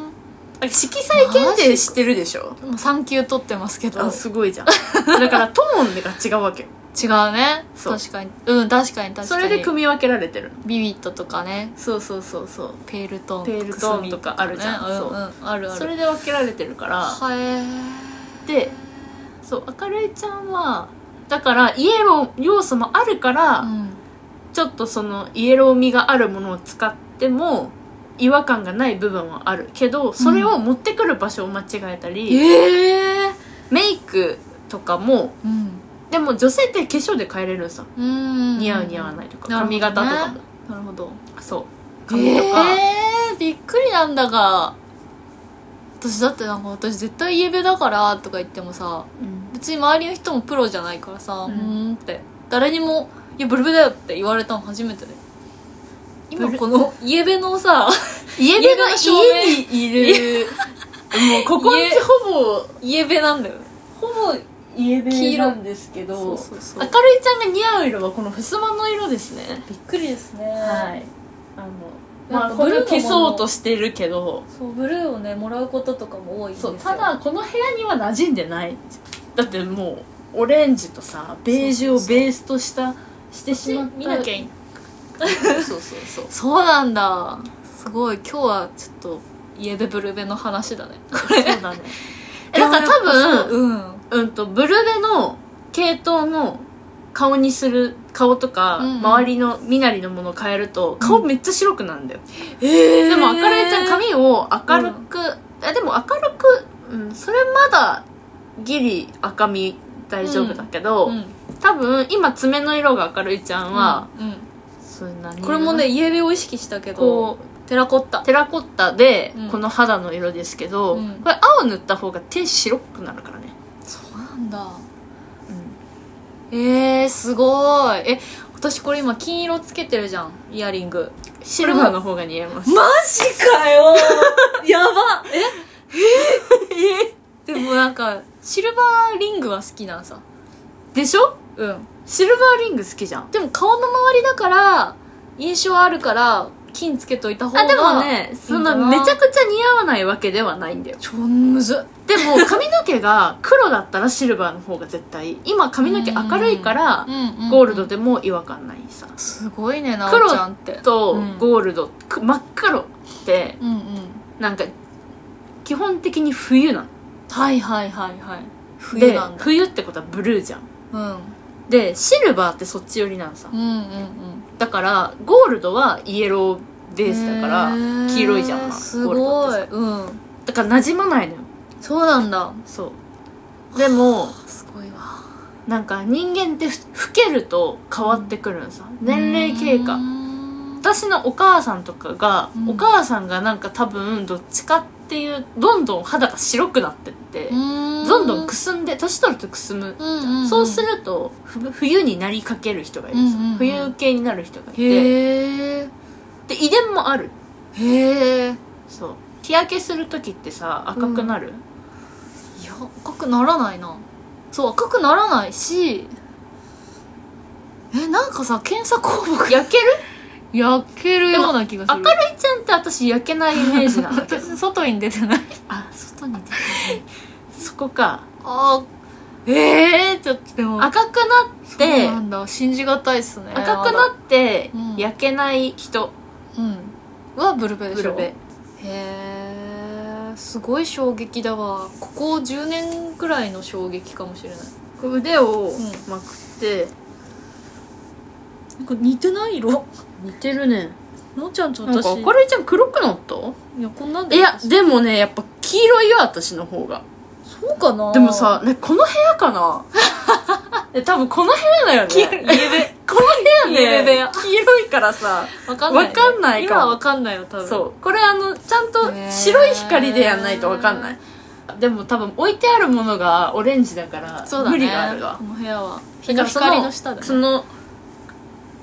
[SPEAKER 2] あ色彩検定知ってるでしょ
[SPEAKER 1] もう3級取ってますけど
[SPEAKER 2] あすごいじゃんだからトーンが違うわけよ
[SPEAKER 1] 違うね
[SPEAKER 2] そう
[SPEAKER 1] 確かにうん確かに確かに
[SPEAKER 2] それで組み分けられてるの
[SPEAKER 1] ビビットとかね
[SPEAKER 2] そうそうそうそう
[SPEAKER 1] ペールトーン
[SPEAKER 2] ペールトーンとかあるじゃ
[SPEAKER 1] く
[SPEAKER 2] ん
[SPEAKER 1] すみとかねうんうんあるある
[SPEAKER 2] それで分けられてるから
[SPEAKER 1] はえ
[SPEAKER 2] でそう明るいちゃんはだからイエロー要素もあるから、
[SPEAKER 1] うん
[SPEAKER 2] ちょっとそのイエロー味があるものを使っても違和感がない部分はあるけどそれを持ってくる場所を間違えたり、
[SPEAKER 1] ええ
[SPEAKER 2] メイクとかも
[SPEAKER 1] うん
[SPEAKER 2] でも女性って化粧で変えれるさ
[SPEAKER 1] うん
[SPEAKER 2] 似合う似合わないとか、
[SPEAKER 1] なるほど
[SPEAKER 2] 髪
[SPEAKER 1] ね
[SPEAKER 2] 型とかも
[SPEAKER 1] なるほど
[SPEAKER 2] そう髪とか、
[SPEAKER 1] えー、びっくりなんだが私だってなんか私絶対イエベだからとか言ってもさ
[SPEAKER 2] うん
[SPEAKER 1] 別に周りの人もプロじゃないからさ、
[SPEAKER 2] う
[SPEAKER 1] うんーん、って誰にも「いやブルベだよ」って言われたの初めてで今
[SPEAKER 2] ブル
[SPEAKER 1] このイエベのさ
[SPEAKER 2] 家
[SPEAKER 1] 家
[SPEAKER 2] 出
[SPEAKER 1] 出
[SPEAKER 2] の
[SPEAKER 1] の証
[SPEAKER 2] 家にいるもうここんち
[SPEAKER 1] 家
[SPEAKER 2] ほ
[SPEAKER 1] イエベなんだよ
[SPEAKER 2] ぼほぼ家
[SPEAKER 1] 黄
[SPEAKER 2] 出
[SPEAKER 1] 色
[SPEAKER 2] なんですけど
[SPEAKER 1] そうそ
[SPEAKER 2] 明るいちゃんが似合う色はこの襖の色ですね
[SPEAKER 1] びっくりですね
[SPEAKER 2] はいあのま
[SPEAKER 1] な
[SPEAKER 2] あ
[SPEAKER 1] んか
[SPEAKER 2] こ
[SPEAKER 1] ブルー
[SPEAKER 2] れ
[SPEAKER 1] の
[SPEAKER 2] 消そうとしてるけど
[SPEAKER 1] そうブルーをねもらうこととかも多いんです
[SPEAKER 2] そ
[SPEAKER 1] よ
[SPEAKER 2] うただこの部屋には馴染んでないだってもうオレンジとさベージュをベースとしたしてしまった
[SPEAKER 1] 見なきゃいい
[SPEAKER 2] そうそうそう
[SPEAKER 1] そうなんだすごい今日はちょっとイエベブルベの話だね
[SPEAKER 2] そうだね えだから多分
[SPEAKER 1] うん
[SPEAKER 2] うんとブルベの系統の顔にする顔とか、
[SPEAKER 1] うんうん
[SPEAKER 2] 周りの身なりのものを変えると顔めっちゃ白くなるんだよ、
[SPEAKER 1] え
[SPEAKER 2] でも明るいちゃん髪を明るく、あでも明るく、うん、それまだギリ赤み大丈夫だけど、多分今爪の色が明るいちゃんは、そんなに
[SPEAKER 1] これもねイエベを意識したけど
[SPEAKER 2] こ
[SPEAKER 1] テラコッタ
[SPEAKER 2] うテラコッタで
[SPEAKER 1] うん
[SPEAKER 2] この肌の色ですけど、
[SPEAKER 1] うん
[SPEAKER 2] これ青塗った方が手白くなるからね
[SPEAKER 1] そうなんだえー、すごいえ私これ今金色つけてるじゃんイヤリング
[SPEAKER 2] シルバーの方が似合います。
[SPEAKER 1] マジかよ やばええでもなんかシルバーリングは好きなんさ
[SPEAKER 2] でしょ
[SPEAKER 1] うん
[SPEAKER 2] シルバーリング好きじゃん。
[SPEAKER 1] でも顔の周りだから印象あるから金つけといた方が
[SPEAKER 2] あ、でもね、そんなめちゃ
[SPEAKER 1] く
[SPEAKER 2] くちゃ似合わないわけではないんだよ。
[SPEAKER 1] ちょむずっ
[SPEAKER 2] でも髪の毛が黒だったらシルバーの方が絶対今髪の毛明るいからゴールドでも違和感ないさ
[SPEAKER 1] すごいねな
[SPEAKER 2] 黒
[SPEAKER 1] おちゃんって
[SPEAKER 2] と
[SPEAKER 1] うん
[SPEAKER 2] ゴールドく真っ黒って
[SPEAKER 1] うんうん
[SPEAKER 2] なんか基本的に冬なの
[SPEAKER 1] はいはいはいはい冬
[SPEAKER 2] で
[SPEAKER 1] なんだ
[SPEAKER 2] 冬ってことはブルーじゃん
[SPEAKER 1] うんうん
[SPEAKER 2] でシルバーってそっち寄りなのさ
[SPEAKER 1] うんうん
[SPEAKER 2] だからゴールドはイエローベースだから
[SPEAKER 1] へー
[SPEAKER 2] 黄色いじゃん、まあ
[SPEAKER 1] す
[SPEAKER 2] ゴールドっ
[SPEAKER 1] ご
[SPEAKER 2] て
[SPEAKER 1] い
[SPEAKER 2] さ
[SPEAKER 1] うん
[SPEAKER 2] だから馴染まないのよ
[SPEAKER 1] そうなんだ
[SPEAKER 2] そうでも
[SPEAKER 1] すごいわ
[SPEAKER 2] なんか人間ってふ老けると変わってくるのさ年齢経過
[SPEAKER 1] うん
[SPEAKER 2] 私のお母さんとかが、
[SPEAKER 1] うん
[SPEAKER 2] お母さんがなんか多分どっちかっていうどんどん肌が白くなってって、どんどんくすんで年取るとくすむ、
[SPEAKER 1] うんうんうん
[SPEAKER 2] そうするとふ冬になりかける人がいるさ、
[SPEAKER 1] うんうんうん
[SPEAKER 2] 冬系になる人がいて
[SPEAKER 1] へえ
[SPEAKER 2] で遺伝もある
[SPEAKER 1] へえい
[SPEAKER 2] そう日焼けする時ってさ赤くなる、
[SPEAKER 1] や赤くならないなそう赤くならないしえなんかさ検査項目
[SPEAKER 2] 焼ける
[SPEAKER 1] 焼けるような気がす
[SPEAKER 2] 明る
[SPEAKER 1] る
[SPEAKER 2] いちゃんって私焼けないイメージなんだ けど
[SPEAKER 1] 私外に出てない
[SPEAKER 2] あ外に出てるそこか
[SPEAKER 1] あーええー、ちょっとでも
[SPEAKER 2] 赤くなっ
[SPEAKER 1] そう
[SPEAKER 2] て
[SPEAKER 1] なんだ信じがたいっすね
[SPEAKER 2] 赤くなって
[SPEAKER 1] うん
[SPEAKER 2] 焼けない人、
[SPEAKER 1] うんはブルベでしょ
[SPEAKER 2] ブルベ
[SPEAKER 1] へえすごい衝撃だわここ10年くらいの衝撃かもしれない
[SPEAKER 2] 腕を
[SPEAKER 1] ん
[SPEAKER 2] まくって、
[SPEAKER 1] なんか似てない色
[SPEAKER 2] 似てるね
[SPEAKER 1] のーちゃんと
[SPEAKER 2] なん
[SPEAKER 1] 私
[SPEAKER 2] か明るいちゃん黒くなった
[SPEAKER 1] いやこんなん
[SPEAKER 2] いや
[SPEAKER 1] 私
[SPEAKER 2] でもねやっぱ黄色いよ私の方が
[SPEAKER 1] そうかな
[SPEAKER 2] でもさ、ね、この部屋かな え多分この部屋だよね
[SPEAKER 1] 家で
[SPEAKER 2] この部
[SPEAKER 1] 家
[SPEAKER 2] 屋
[SPEAKER 1] 部
[SPEAKER 2] ね
[SPEAKER 1] 屋
[SPEAKER 2] 黄色いからさ
[SPEAKER 1] わかんない、
[SPEAKER 2] わかんないかも
[SPEAKER 1] 今はわかんないよ多分
[SPEAKER 2] そうこれあのちゃんと白い光でやんないと分かんないでも多分置いてあるものがオレンジだから
[SPEAKER 1] そうだね
[SPEAKER 2] 無理があるわ
[SPEAKER 1] この部屋は
[SPEAKER 2] だからそ
[SPEAKER 1] 光の下だ
[SPEAKER 2] そ
[SPEAKER 1] ね
[SPEAKER 2] の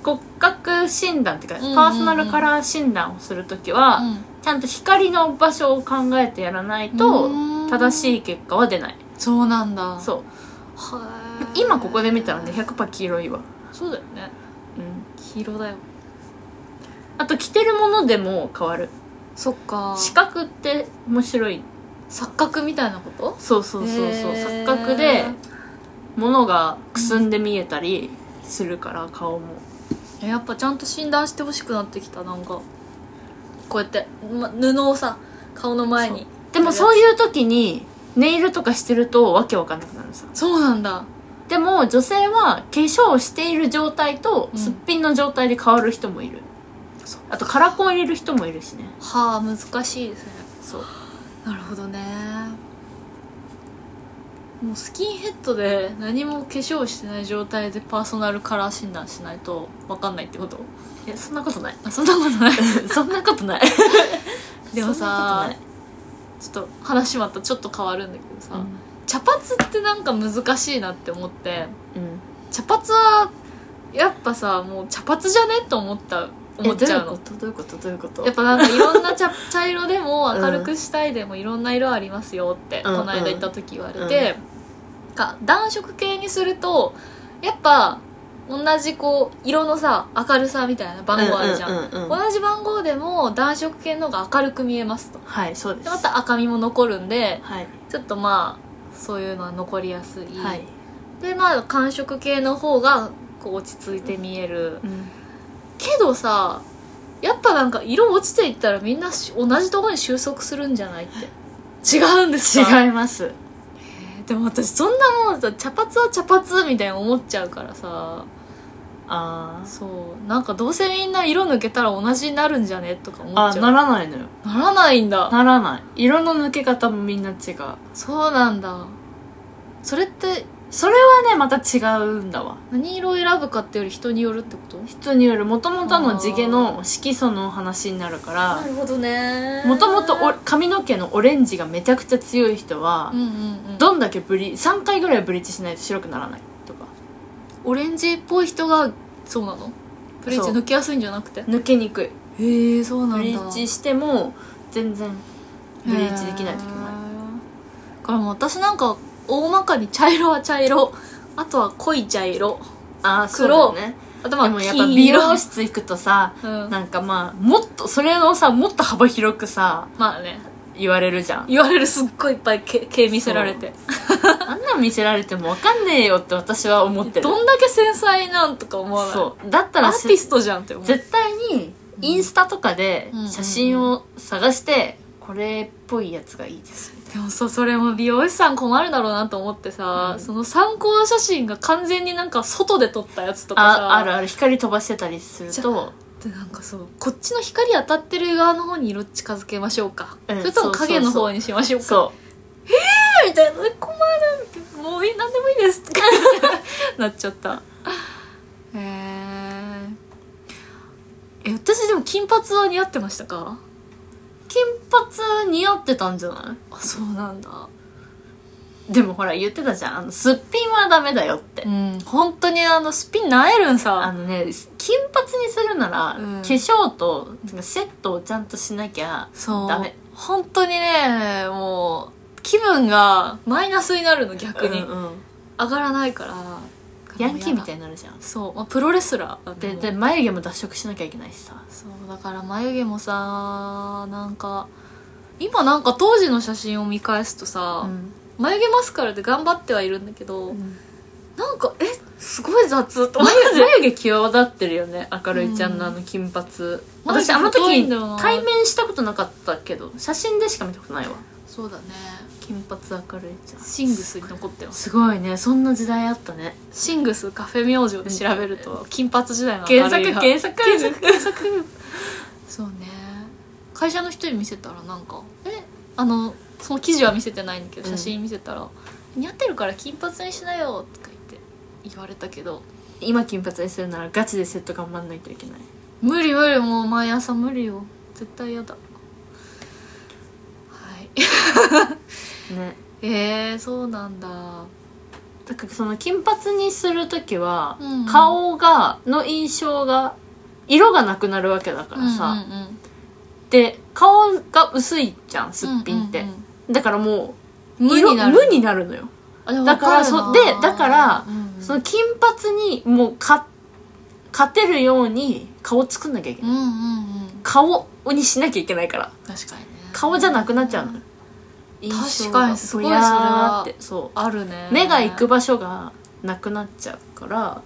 [SPEAKER 2] 骨格診断っていうか、
[SPEAKER 1] うんうんうん
[SPEAKER 2] パーソナルカラー診断をするときは、
[SPEAKER 1] うん
[SPEAKER 2] ちゃんと光の場所を考えてやらないと
[SPEAKER 1] うーん
[SPEAKER 2] 正しい結果は出ない
[SPEAKER 1] そうなんだ
[SPEAKER 2] そう
[SPEAKER 1] はー
[SPEAKER 2] 今ここで見たらね100%黄色いわ
[SPEAKER 1] そうだよね
[SPEAKER 2] うん
[SPEAKER 1] 黄色だよ
[SPEAKER 2] あと着てるものでも変わる
[SPEAKER 1] そっか
[SPEAKER 2] 視覚って面白い
[SPEAKER 1] 錯覚みたいなこと
[SPEAKER 2] そうそうそうそう
[SPEAKER 1] へー
[SPEAKER 2] 錯覚で物がくすんで見えたりするから顔も
[SPEAKER 1] えやっぱちゃんと診断してほしくなってきたなんかこうやって、ま、布をさ顔の前に
[SPEAKER 2] でもそういう時にネイルとかしてるとわけわかんなくなるさ
[SPEAKER 1] そうなんだ
[SPEAKER 2] でも女性は化粧をしている状態と
[SPEAKER 1] うん
[SPEAKER 2] すっぴんの状態で変わる人もいる、
[SPEAKER 1] そう
[SPEAKER 2] あとカラコン入れる人もいるしね
[SPEAKER 1] はあ難しいですね
[SPEAKER 2] そう
[SPEAKER 1] なるほどねもうスキンヘッドで何も化粧してない状態でパーソナルカラー診断しないと分かんないってこと
[SPEAKER 2] えそんなことない
[SPEAKER 1] あ そんなことない
[SPEAKER 2] そんなこと ない
[SPEAKER 1] でもさ
[SPEAKER 2] そんなこ
[SPEAKER 1] ちょっと話またちょっと変わるんだけどさ、
[SPEAKER 2] とない
[SPEAKER 1] 茶髪ってなんか難しいなって思って
[SPEAKER 2] うん
[SPEAKER 1] 茶髪はやっぱさもう茶髪じゃねと思った思っちゃうの
[SPEAKER 2] どういうことどういうことどうい
[SPEAKER 1] や
[SPEAKER 2] う
[SPEAKER 1] っ
[SPEAKER 2] こ
[SPEAKER 1] ぱなんかいろんな茶茶色でも明るくしたいでもいろんな色ありますよって、
[SPEAKER 2] うん
[SPEAKER 1] この間行った時言われて、か暖色系にするとやっぱ同じこう色のさ明るさみたいな
[SPEAKER 2] と
[SPEAKER 1] 番号あるじゃん,、
[SPEAKER 2] ううううん
[SPEAKER 1] 同じ番号でも暖色系の方が明るく見えますと
[SPEAKER 2] はいそうで
[SPEAKER 1] ですまた赤みも残るんで
[SPEAKER 2] はい
[SPEAKER 1] ちょっとまあそういうのは残りやすい、
[SPEAKER 2] はい、
[SPEAKER 1] でまあ寒色系の方がこう落ち着いて見える、
[SPEAKER 2] うん
[SPEAKER 1] けどさやっぱなんか色落ちていったらみんなし同じところに収束するんじゃないって違うんですか
[SPEAKER 2] 違います
[SPEAKER 1] えーでも私そんなもんさ茶髪は茶髪みたいに思っちゃうからさ
[SPEAKER 2] あー
[SPEAKER 1] そうなんかどうせみんな色抜けたら同じになるんじゃねとか思っ
[SPEAKER 2] あ
[SPEAKER 1] ちゃ
[SPEAKER 2] な
[SPEAKER 1] う
[SPEAKER 2] らないのよ
[SPEAKER 1] ならないんだ
[SPEAKER 2] ならない色の抜け方もみんな違う
[SPEAKER 1] そうなんだそれって
[SPEAKER 2] それはねまた違うんだわ
[SPEAKER 1] 何色を選ぶかってより人によるってこと
[SPEAKER 2] 人によるもともとの地毛の色素の話になるか
[SPEAKER 1] るほどね
[SPEAKER 2] らもともと髪の毛のオレンジがめちゃくちゃ強い人は
[SPEAKER 1] うんうんうん
[SPEAKER 2] どんだけブリ3回ぐらいブリーチしないと白くならないとか
[SPEAKER 1] オレンジっぽい人がそうなのブリーチ
[SPEAKER 2] そう
[SPEAKER 1] 抜けやすいんじゃなくてへ
[SPEAKER 2] 抜けにくい
[SPEAKER 1] えそうなんだ
[SPEAKER 2] ブリーチしても全然ブリーチできない時もある
[SPEAKER 1] だからもう私なんか大まかに茶色は茶色あとは濃い茶色
[SPEAKER 2] ああ
[SPEAKER 1] そうだよ
[SPEAKER 2] ね
[SPEAKER 1] あと
[SPEAKER 2] で
[SPEAKER 1] は
[SPEAKER 2] もやっぱ
[SPEAKER 1] 金
[SPEAKER 2] 美
[SPEAKER 1] 色
[SPEAKER 2] 容室行くとさ、
[SPEAKER 1] うん
[SPEAKER 2] なんかまあもっとそれのさもっと幅広くさ
[SPEAKER 1] まあね
[SPEAKER 2] 言われるじゃん
[SPEAKER 1] 言われるすっごいいっぱい毛毛見せられて
[SPEAKER 2] あんなん見せられてもわかんねえよって私は思ってる
[SPEAKER 1] どんだけ繊細なんとか思わない
[SPEAKER 2] そうだった
[SPEAKER 1] ア
[SPEAKER 2] ら
[SPEAKER 1] ーティストじゃんって思う
[SPEAKER 2] 絶対にインスタとかで
[SPEAKER 1] うん
[SPEAKER 2] 写真を探してこれっぽいやつがいいです
[SPEAKER 1] でもさそれも美容師さん困るだろうなと思ってさ、
[SPEAKER 2] うん
[SPEAKER 1] その参考写真が完全になんか外で撮ったやつとかさ
[SPEAKER 2] ああるある光飛ばしてたりすると
[SPEAKER 1] でなんかそうこっちの光当たってる側の方に色近づけましょうか、
[SPEAKER 2] うん
[SPEAKER 1] それとも影の
[SPEAKER 2] そうそうそう
[SPEAKER 1] 方にしましょうか
[SPEAKER 2] そ
[SPEAKER 1] みたいな困るみたいなもういい何でもいいですとかなっちゃったへーえ私でも金髪は似合ってましたか
[SPEAKER 2] う金髪似合ってたんじゃな
[SPEAKER 1] あそうなんだ
[SPEAKER 2] いでもほら言ってたじゃんあのすっぴんはダメだよって
[SPEAKER 1] うん本当にあのスピンなえるん
[SPEAKER 2] あ
[SPEAKER 1] さ
[SPEAKER 2] のね金髪にするなら、
[SPEAKER 1] うん
[SPEAKER 2] 化粧とてかセットをちゃんとしなきゃ
[SPEAKER 1] そう
[SPEAKER 2] ダメ
[SPEAKER 1] 本当にねもう気分がマイナスになるの逆に、
[SPEAKER 2] うんうん
[SPEAKER 1] 上がらないから
[SPEAKER 2] ヤンキーみたい
[SPEAKER 1] い
[SPEAKER 2] になるじゃん
[SPEAKER 1] そう、まあ、プロレスラーだって
[SPEAKER 2] でで眉毛も脱色しなきゃいけないしさ
[SPEAKER 1] そうだから眉毛もさなんか今なんか当時の写真を見返すとさ、
[SPEAKER 2] うん
[SPEAKER 1] 眉毛マスカラで頑張ってはいるんだけど、なんかえすごい雑と思って
[SPEAKER 2] 眉眉毛際立ってるよね明るいちゃんのあの金髪、私あ
[SPEAKER 1] 眉
[SPEAKER 2] の
[SPEAKER 1] 毛太い
[SPEAKER 2] 時
[SPEAKER 1] んだよな
[SPEAKER 2] 対面したことなかったけど写真でしか見たことないわ
[SPEAKER 1] そうだね
[SPEAKER 2] 金髪明るいちゃん
[SPEAKER 1] シングスに残ってます
[SPEAKER 2] すごいねそんな時代あったね
[SPEAKER 1] シングスカフェ明星で調べると金髪時代の
[SPEAKER 2] 検索
[SPEAKER 1] 明るい派
[SPEAKER 2] 検索検索検索
[SPEAKER 1] そうね会社の人に見せたらなんかえあのその記事は見せてないんだけど
[SPEAKER 2] うん
[SPEAKER 1] 写真見せたら「似合ってるから金髪にしなよ」とか言って言われたけど
[SPEAKER 2] 今金髪にするならガチでセット頑張んないといけない
[SPEAKER 1] 無理無理もう毎朝無理よ絶対やだはい
[SPEAKER 2] ね
[SPEAKER 1] えー、そうなんだ
[SPEAKER 2] だからその金髪にする時は、
[SPEAKER 1] うん
[SPEAKER 2] 顔がの印象が色がなくなるわけだからさ、
[SPEAKER 1] うんうんうん
[SPEAKER 2] で顔が薄いじゃんすっぴんって、
[SPEAKER 1] うんうんうん
[SPEAKER 2] だからもう
[SPEAKER 1] 無になる
[SPEAKER 2] 色無になるのよ
[SPEAKER 1] あでも
[SPEAKER 2] だから
[SPEAKER 1] わるな
[SPEAKER 2] そでだから
[SPEAKER 1] うんうん
[SPEAKER 2] その金髪にもうか勝てるように顔作んなきゃいけ
[SPEAKER 1] う
[SPEAKER 2] なんい、
[SPEAKER 1] うんうん
[SPEAKER 2] 顔にしなきゃいけないから
[SPEAKER 1] 確かにね
[SPEAKER 2] 顔じゃなくなっちゃうの、
[SPEAKER 1] ん
[SPEAKER 2] 印象
[SPEAKER 1] 確か
[SPEAKER 2] が
[SPEAKER 1] にすごい
[SPEAKER 2] ぼやーってそう
[SPEAKER 1] あるね
[SPEAKER 2] 目が行く場所がなくなっちゃうから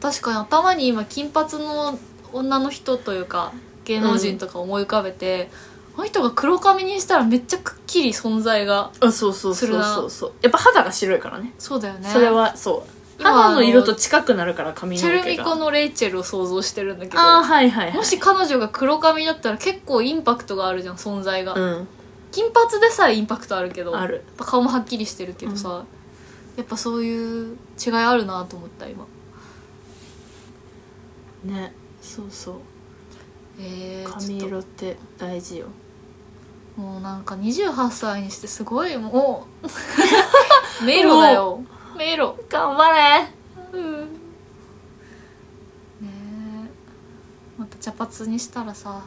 [SPEAKER 1] 確かに頭に今金髪の女の人というか芸能人とか思い浮かべて、この人が黒髪にしたらめっちゃくっきり存在が
[SPEAKER 2] あそうそうそうそうそうやっぱ肌が白いからね
[SPEAKER 1] そうだよね
[SPEAKER 2] それはそう
[SPEAKER 1] 今
[SPEAKER 2] 肌の色
[SPEAKER 1] あ
[SPEAKER 2] と
[SPEAKER 1] の
[SPEAKER 2] 近くなるから髪
[SPEAKER 1] チ
[SPEAKER 2] の毛
[SPEAKER 1] ェ
[SPEAKER 2] が
[SPEAKER 1] ルミコのレイチェルを想像してるんだけど
[SPEAKER 2] ああはいはいはい
[SPEAKER 1] もし彼女が黒髪だったら結構インパクトがあるじゃん存在が、
[SPEAKER 2] うん
[SPEAKER 1] 金髪でさえインパクトあるけど
[SPEAKER 2] ある
[SPEAKER 1] やっぱ顔もはっきりしてるけどさ、やっぱそういう違いあるなと思った今
[SPEAKER 2] ねそうそう
[SPEAKER 1] えー、
[SPEAKER 2] 髪
[SPEAKER 1] ちょっ
[SPEAKER 2] 色って大事よ
[SPEAKER 1] ともうなんか28歳にしてすごいも う迷路だよ迷路
[SPEAKER 2] 頑張れ
[SPEAKER 1] うんねえまた茶髪にしたらさ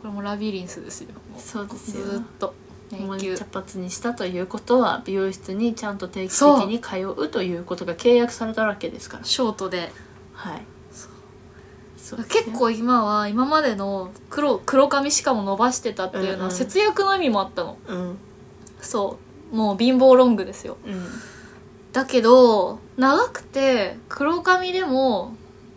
[SPEAKER 1] これもラビリンスですよもう
[SPEAKER 2] そうです
[SPEAKER 1] ず
[SPEAKER 2] よ
[SPEAKER 1] ーっと
[SPEAKER 2] もう
[SPEAKER 1] 永久
[SPEAKER 2] 茶髪にしたということは美容室にちゃんと定期的に通うということが契約されたわけですから
[SPEAKER 1] ショートで
[SPEAKER 2] はいそう
[SPEAKER 1] 結構今は今までの黒黒髪しかも伸ばしてたっていうの
[SPEAKER 2] うんう
[SPEAKER 1] は
[SPEAKER 2] ん
[SPEAKER 1] 節約の意味もあったの
[SPEAKER 2] うん
[SPEAKER 1] そうもう貧乏ロングですよ
[SPEAKER 2] うん
[SPEAKER 1] だけど長くて黒髪でも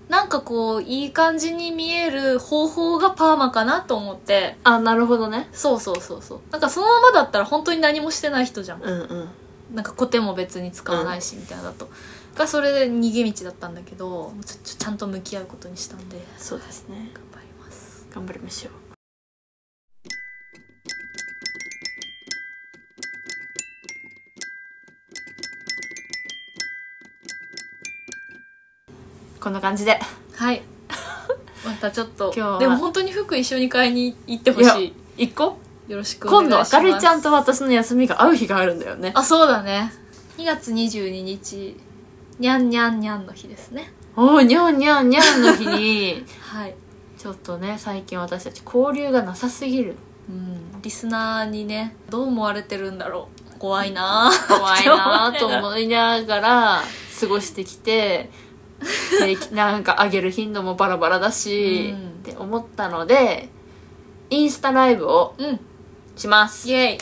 [SPEAKER 1] なんかこういい感じに見える方法がパーマかなと思って
[SPEAKER 2] あなるほどね
[SPEAKER 1] そうそうそうそうなんかそのままだったら本当に何もしてない人じゃん
[SPEAKER 2] うんうん
[SPEAKER 1] なんかコテも別に使わないしみたいなだと、がそれで逃げ道だったんだけどちょちょちゃんと向き合うことにしたんで
[SPEAKER 2] そうですね
[SPEAKER 1] 頑張ります
[SPEAKER 2] 頑張りましょうこんな感じで
[SPEAKER 1] はい またちょっと
[SPEAKER 2] 今日は
[SPEAKER 1] でも本当に服一緒に買いに行ってほしい
[SPEAKER 2] 一個
[SPEAKER 1] よろしくお願
[SPEAKER 2] 今
[SPEAKER 1] いし
[SPEAKER 2] 度
[SPEAKER 1] ます
[SPEAKER 2] 明るいちゃんと私の休みが合う日があるんだよね
[SPEAKER 1] あそうだね2月22日にゃんにゃんにゃんの日ですね
[SPEAKER 2] おーにゃんにゃんにゃんの日に
[SPEAKER 1] はい、
[SPEAKER 2] ちょっとね最近私たち交流がなさすぎる
[SPEAKER 1] うん、リスナーにねどう思われてるんだろう怖いなぁ
[SPEAKER 2] 怖いなと思いながら過ごしてきてでなんか上げる頻度もバラバラだし、
[SPEAKER 1] うん
[SPEAKER 2] って思ったのでインスタライブを
[SPEAKER 1] うん
[SPEAKER 2] します
[SPEAKER 1] イエイ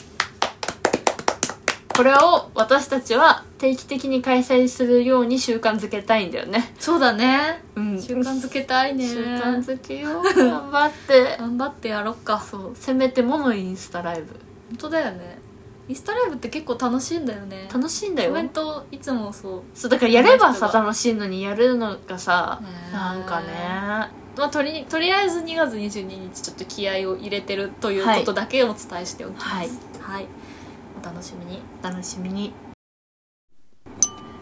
[SPEAKER 2] これを私たちは定期的に開催するように習慣づけたいんだよね
[SPEAKER 1] そうだね
[SPEAKER 2] うん
[SPEAKER 1] 習慣づけたいね
[SPEAKER 2] 習慣づけよう頑張 って
[SPEAKER 1] 頑張ってやろっかそう本
[SPEAKER 2] せめてものインスタライブ
[SPEAKER 1] 当だよねインスタライブって結構楽しいんだよね
[SPEAKER 2] 楽しいんだ
[SPEAKER 1] コ
[SPEAKER 2] よ
[SPEAKER 1] メントいつもそう
[SPEAKER 2] そうだからやれ
[SPEAKER 1] こ
[SPEAKER 2] ば
[SPEAKER 1] の
[SPEAKER 2] さ
[SPEAKER 1] 人が
[SPEAKER 2] 楽しいのにやるのがさ
[SPEAKER 1] ねえ
[SPEAKER 2] なんかね
[SPEAKER 1] まあ、とりとりあえず2月22日ちょっと気合を入れてるという
[SPEAKER 2] はい
[SPEAKER 1] ことだけお伝えしておきます
[SPEAKER 2] はい、
[SPEAKER 1] はいお楽しみに
[SPEAKER 2] 楽しみに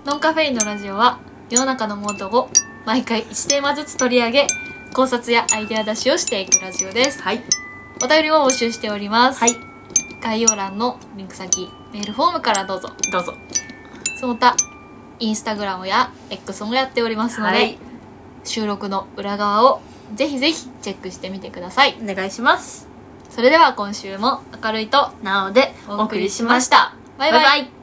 [SPEAKER 1] ノンカフェインのラジオは世の中のモードを毎回1テーマずつ取り上げ考察やアイデア出しをしていくラジオです
[SPEAKER 2] はい
[SPEAKER 1] お便りを募集しております、
[SPEAKER 2] はい
[SPEAKER 1] 概要欄のリンク先メールフォームからどうぞ
[SPEAKER 2] どうぞ
[SPEAKER 1] その他インスタグラムや X もやっておりますので、
[SPEAKER 2] はい
[SPEAKER 1] 収録の裏側をぜひぜひチェックしてみてください
[SPEAKER 2] お願いします
[SPEAKER 1] それでは今週も明るいと
[SPEAKER 2] なので
[SPEAKER 1] お
[SPEAKER 2] お
[SPEAKER 1] 送
[SPEAKER 2] 送
[SPEAKER 1] り
[SPEAKER 2] り
[SPEAKER 1] し
[SPEAKER 2] し
[SPEAKER 1] ま
[SPEAKER 2] ま
[SPEAKER 1] し
[SPEAKER 2] したた
[SPEAKER 1] バイバイ
[SPEAKER 2] バイバイ